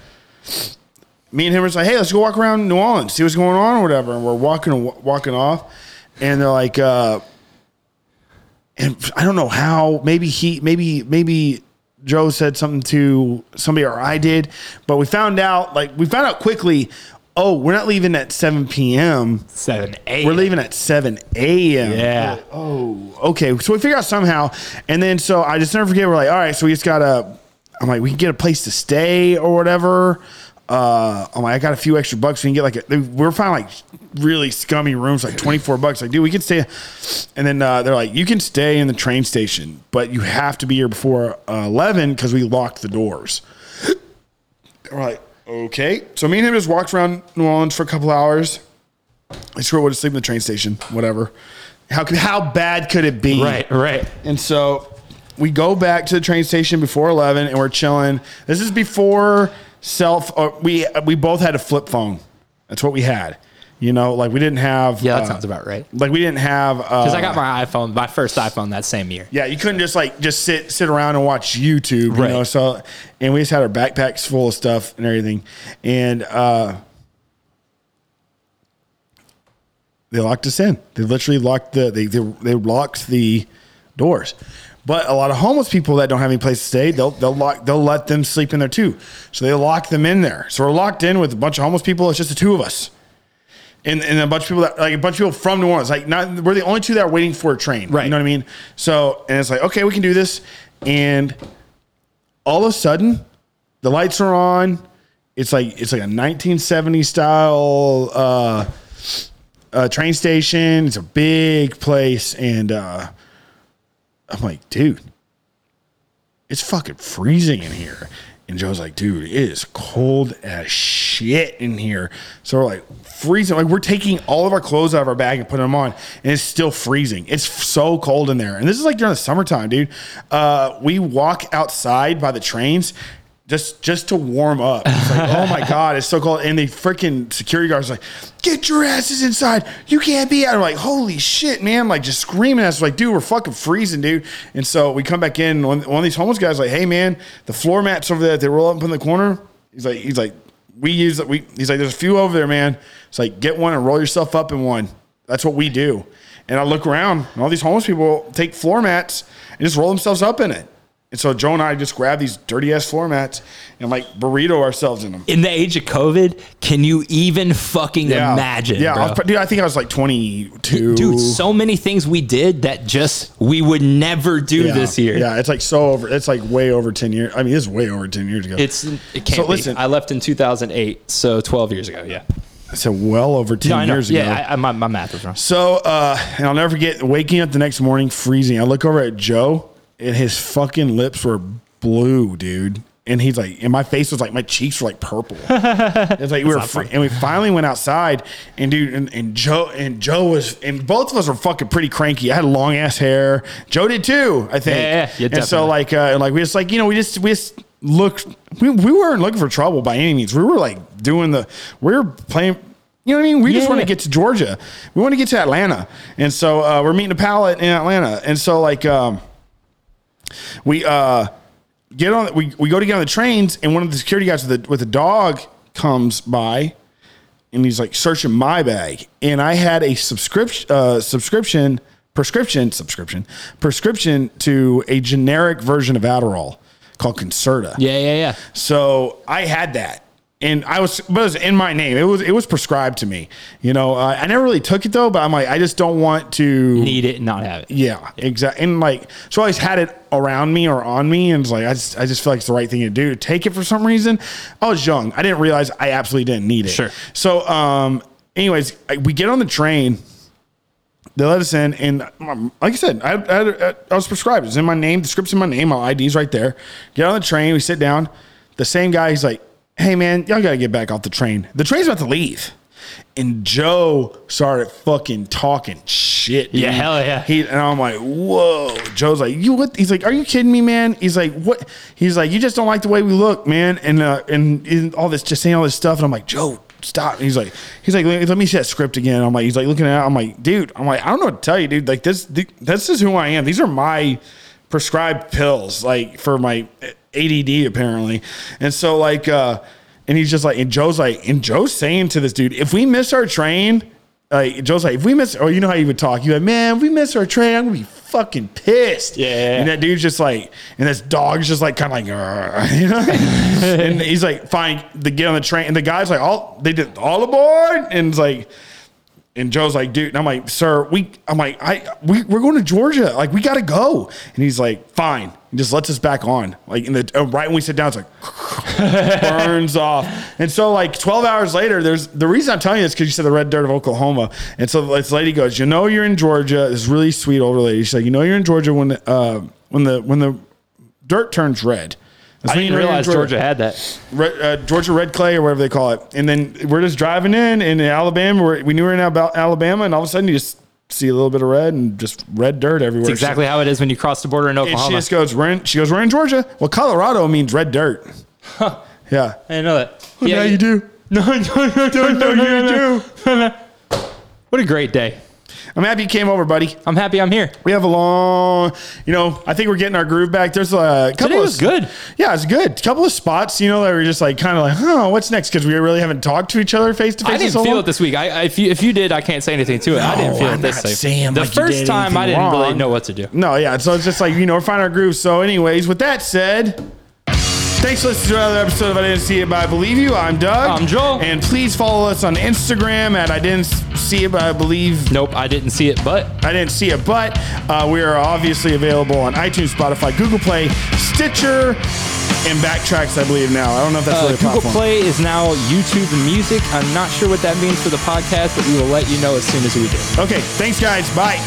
Speaker 1: me and him were just like, "Hey, let's go walk around New Orleans, see what's going on, or whatever." And we're walking, walking off, and they're like, uh, and I don't know how. Maybe he, maybe, maybe Joe said something to somebody or I did, but we found out like we found out quickly. Oh, we're not leaving at 7 p.m.
Speaker 2: Seven, eight.
Speaker 1: We're leaving at 7 a.m.
Speaker 2: Yeah.
Speaker 1: Oh, okay. So we figure out somehow. And then so I just never forget. We're like, all right, so we just got to, I'm like, we can get a place to stay or whatever. Uh, I'm like, I got a few extra bucks. We can get like, a, we're finding like really scummy rooms, like 24 bucks. Like, dude, we can stay. And then uh, they're like, you can stay in the train station, but you have to be here before uh, 11 because we locked the doors. We're like, okay. So me and him just walked around New Orleans for a couple hours. I swear we'll just sleep in the train station, whatever. How could how bad could it be?
Speaker 2: Right, right.
Speaker 1: And so we go back to the train station before eleven, and we're chilling. This is before self. Or we we both had a flip phone. That's what we had. You know, like we didn't have.
Speaker 2: Yeah, that
Speaker 1: uh,
Speaker 2: sounds about right.
Speaker 1: Like we didn't have. uh, Because
Speaker 2: Because I got my iPhone, my first iPhone that same year.
Speaker 1: yeah, you couldn't just like just sit sit around and watch YouTube, you
Speaker 2: Right.
Speaker 1: know. So, and we just had our backpacks full of stuff and everything, and uh, they locked us in. They literally locked the they they, they locked the doors. But a lot of homeless people that don't have any place to stay, they'll they'll lock they'll let them sleep in there too. So they lock them in there. So we're locked in with a bunch of homeless people. It's just the two of us. And, and a bunch of people that like a bunch of people from New Orleans. Like not we're the only two that are waiting for a train.
Speaker 2: Right.
Speaker 1: You know what I mean? So and it's like, okay, we can do this. And all of a sudden, the lights are on. It's like it's like a 1970 style uh, uh, train station. It's a big place, and uh, I'm like, dude, it's fucking freezing in here. And Joe's like, dude, it is cold as shit in here. So we're like freezing. Like we're taking all of our clothes out of our bag and putting them on, and it's still freezing. It's f- so cold in there. And this is like during the summertime, dude. Uh, we walk outside by the trains just just to warm up. It's like, oh my god, it's so cold. And the freaking security guards like, get your asses inside. You can't be out. I'm like, holy shit, man! Like just screaming at us, like, dude, we're fucking freezing, dude. And so we come back in. And one, one of these homeless guys like, hey man, the floor mats over there that they roll up in the corner. He's like, he's like, we use that. We he's like, there's a few over there, man. It's like get one and roll yourself up in one. That's what we do. And I look around, and all these homeless people take floor mats and just roll themselves up in it. And so Joe and I just grab these dirty ass floor mats and like burrito ourselves in them.
Speaker 2: In the age of COVID, can you even fucking imagine?
Speaker 1: Yeah, I
Speaker 2: bro?
Speaker 1: was, dude, I think I was like 22.
Speaker 2: dude, so many things we did that just we would never do
Speaker 1: Yeah.
Speaker 2: this year.
Speaker 1: Yeah, it's like so over. It's like way over 10 years. I mean, it's way over 10 years ago.
Speaker 2: It's it can't
Speaker 1: So
Speaker 2: be.
Speaker 1: listen-
Speaker 2: I left in 2008, so 12 years ago. Yeah,
Speaker 1: it's a well over 10
Speaker 2: no, I know.
Speaker 1: years ago.
Speaker 2: Yeah, I, I, my, my math was wrong.
Speaker 1: So, uh, and I'll never forget waking up the next morning freezing. I look over at Joe and his fucking lips were blue, dude. and he's like, and my face was like, my cheeks were like purple. it's like we were, free, and we finally went outside, and dude, and, and Joe, and Joe was, and both of us were fucking pretty cranky. I had long ass hair. Joe did too, I think.
Speaker 2: Yeah, yeah, yeah,
Speaker 1: and
Speaker 2: definitely.
Speaker 1: so like, uh, and, like we just like, you know, we just we just looked. We, we weren't looking for trouble by any means. We were like doing the, we were playing. You know what I mean? We just
Speaker 2: Yeah.
Speaker 1: want to get to Georgia. We want to get to Atlanta, and so uh, we're meeting a pallet in Atlanta, and so like. um we uh get on we, we go to get on the trains and one of the security guys with the with a dog comes by and he's like searching my bag and i had a subscription uh subscription prescription subscription prescription to a generic version of adderall called concerta
Speaker 2: Yeah, yeah, yeah.
Speaker 1: so I had that, and I was, but it was in my name. It was, it was prescribed to me. You know, uh, I never really took it though, but I'm like, I just don't want to
Speaker 2: Need it and not have it.
Speaker 1: yeah, exactly. And like, so I always had it around me or on me, and it's like I just, I just feel like it's the right thing to do. Take it for some reason. I was young. I didn't realize I absolutely didn't need it.
Speaker 2: Sure.
Speaker 1: So, um, anyways, I, we get on the train. They let us in, and um, like I said, I, I, I was prescribed. It's in my name. The script's in my name. My ID's right there. Get on the train. We sit down. The same guy. He's like, "Hey, man, y'all gotta get back off the train. The train's about to leave." And Joe started fucking talking shit. dude.
Speaker 2: Yeah, hell yeah.
Speaker 1: He and I'm like, whoa. Joe's like, you what? He's like, are you kidding me, man? He's like, what? He's like, you just don't like the way we look, man. And uh, and, and all this, just saying all this stuff. And I'm like, Joe, stop. And he's like, he's like, let let me see that script again. I'm like, he's like looking at. it. I'm like, dude. I'm like, I don't know what to tell you, dude. Like this, th- this is who I am. These are my prescribed pills, like for my ADD apparently. And so like, uh, and he's just like, and Joe's like, and Joe's saying to this dude, if we miss our train like Joe's like, if we miss, or you know how you would talk, you like, man, if we miss our train, I'm gonna be fucking pissed.
Speaker 2: Yeah, yeah, yeah.
Speaker 1: And that dude's just like, and this dog's just like, kind of like, "Grr," you know? and he's like, fine, they get on the train, and the guy's like, all they did all aboard, and it's like. And Joe's like, dude, and I'm like, sir, we, I'm like, I, we, we're going to Georgia, like, we gotta go. And he's like, fine, and just lets us back on, like, in the uh, right when we sit down, it's like, burns off. And so, like 12 hours later, there's the reason I'm telling you this because you said the red dirt of Oklahoma. And so this lady goes, "You know, you're in Georgia." This really sweet older lady. She's like, "You know, you're in Georgia when uh, when the when the dirt turns red." That's
Speaker 2: I
Speaker 1: when
Speaker 2: didn't
Speaker 1: you're in
Speaker 2: realize Georgia had that.
Speaker 1: Red, uh, Georgia Red Clay or whatever they call it. And then we're just driving in in Alabama. We're, we knew we were in Al- Alabama, and all of a sudden you just see a little bit of red and just red dirt everywhere.
Speaker 2: It's exactly how it is when you cross the border in
Speaker 1: And she
Speaker 2: Oklahoma.
Speaker 1: just goes, we're in, she goes, we're in Georgia. Well, Colorado means red dirt. Yeah.
Speaker 2: I didn't know that.
Speaker 1: yeah, Oh, you do.
Speaker 2: No, no, no, no, no, no,
Speaker 1: you
Speaker 2: no.
Speaker 1: do.
Speaker 2: What a great day.
Speaker 1: I'm happy you came over, buddy.
Speaker 2: I'm happy I'm here.
Speaker 1: We have a long, you know, I think we're getting our groove back. There's a couple
Speaker 2: Today
Speaker 1: of
Speaker 2: was good.
Speaker 1: Yeah, it's good. A couple of spots, you know, that were just like kind of like, huh, what's next? Because we really haven't talked to each other face to face.
Speaker 2: I
Speaker 1: in
Speaker 2: didn't
Speaker 1: so
Speaker 2: feel
Speaker 1: long.
Speaker 2: it this week. I, I if you if you did, I can't say anything to it. I didn't
Speaker 1: No,
Speaker 2: feel
Speaker 1: I'm
Speaker 2: it this
Speaker 1: not
Speaker 2: time.
Speaker 1: saying
Speaker 2: the
Speaker 1: like you
Speaker 2: first
Speaker 1: did
Speaker 2: time I
Speaker 1: anything
Speaker 2: didn't really
Speaker 1: wrong.
Speaker 2: know what to do.
Speaker 1: No, yeah. So it's just like, you know, we're finding our groove. So, anyways, with that said, thanks for listening to another episode of I Didn't See It, but I Believe You. I'm Doug.
Speaker 2: I'm Joel.
Speaker 1: And please follow us on Instagram at I Didn't See It, but I Believe
Speaker 2: Nope, I didn't see it, but
Speaker 1: I didn't see it, but uh, we are obviously available on iTunes, Spotify, Google Play, Stitcher, and Backtracks, I believe now. I don't know if that's
Speaker 2: uh,
Speaker 1: really a
Speaker 2: Google
Speaker 1: platform.
Speaker 2: Play is now YouTube Music. I'm not sure what that means for the podcast, but we will let you know as soon as we do.
Speaker 1: Okay, thanks, guys. Bye.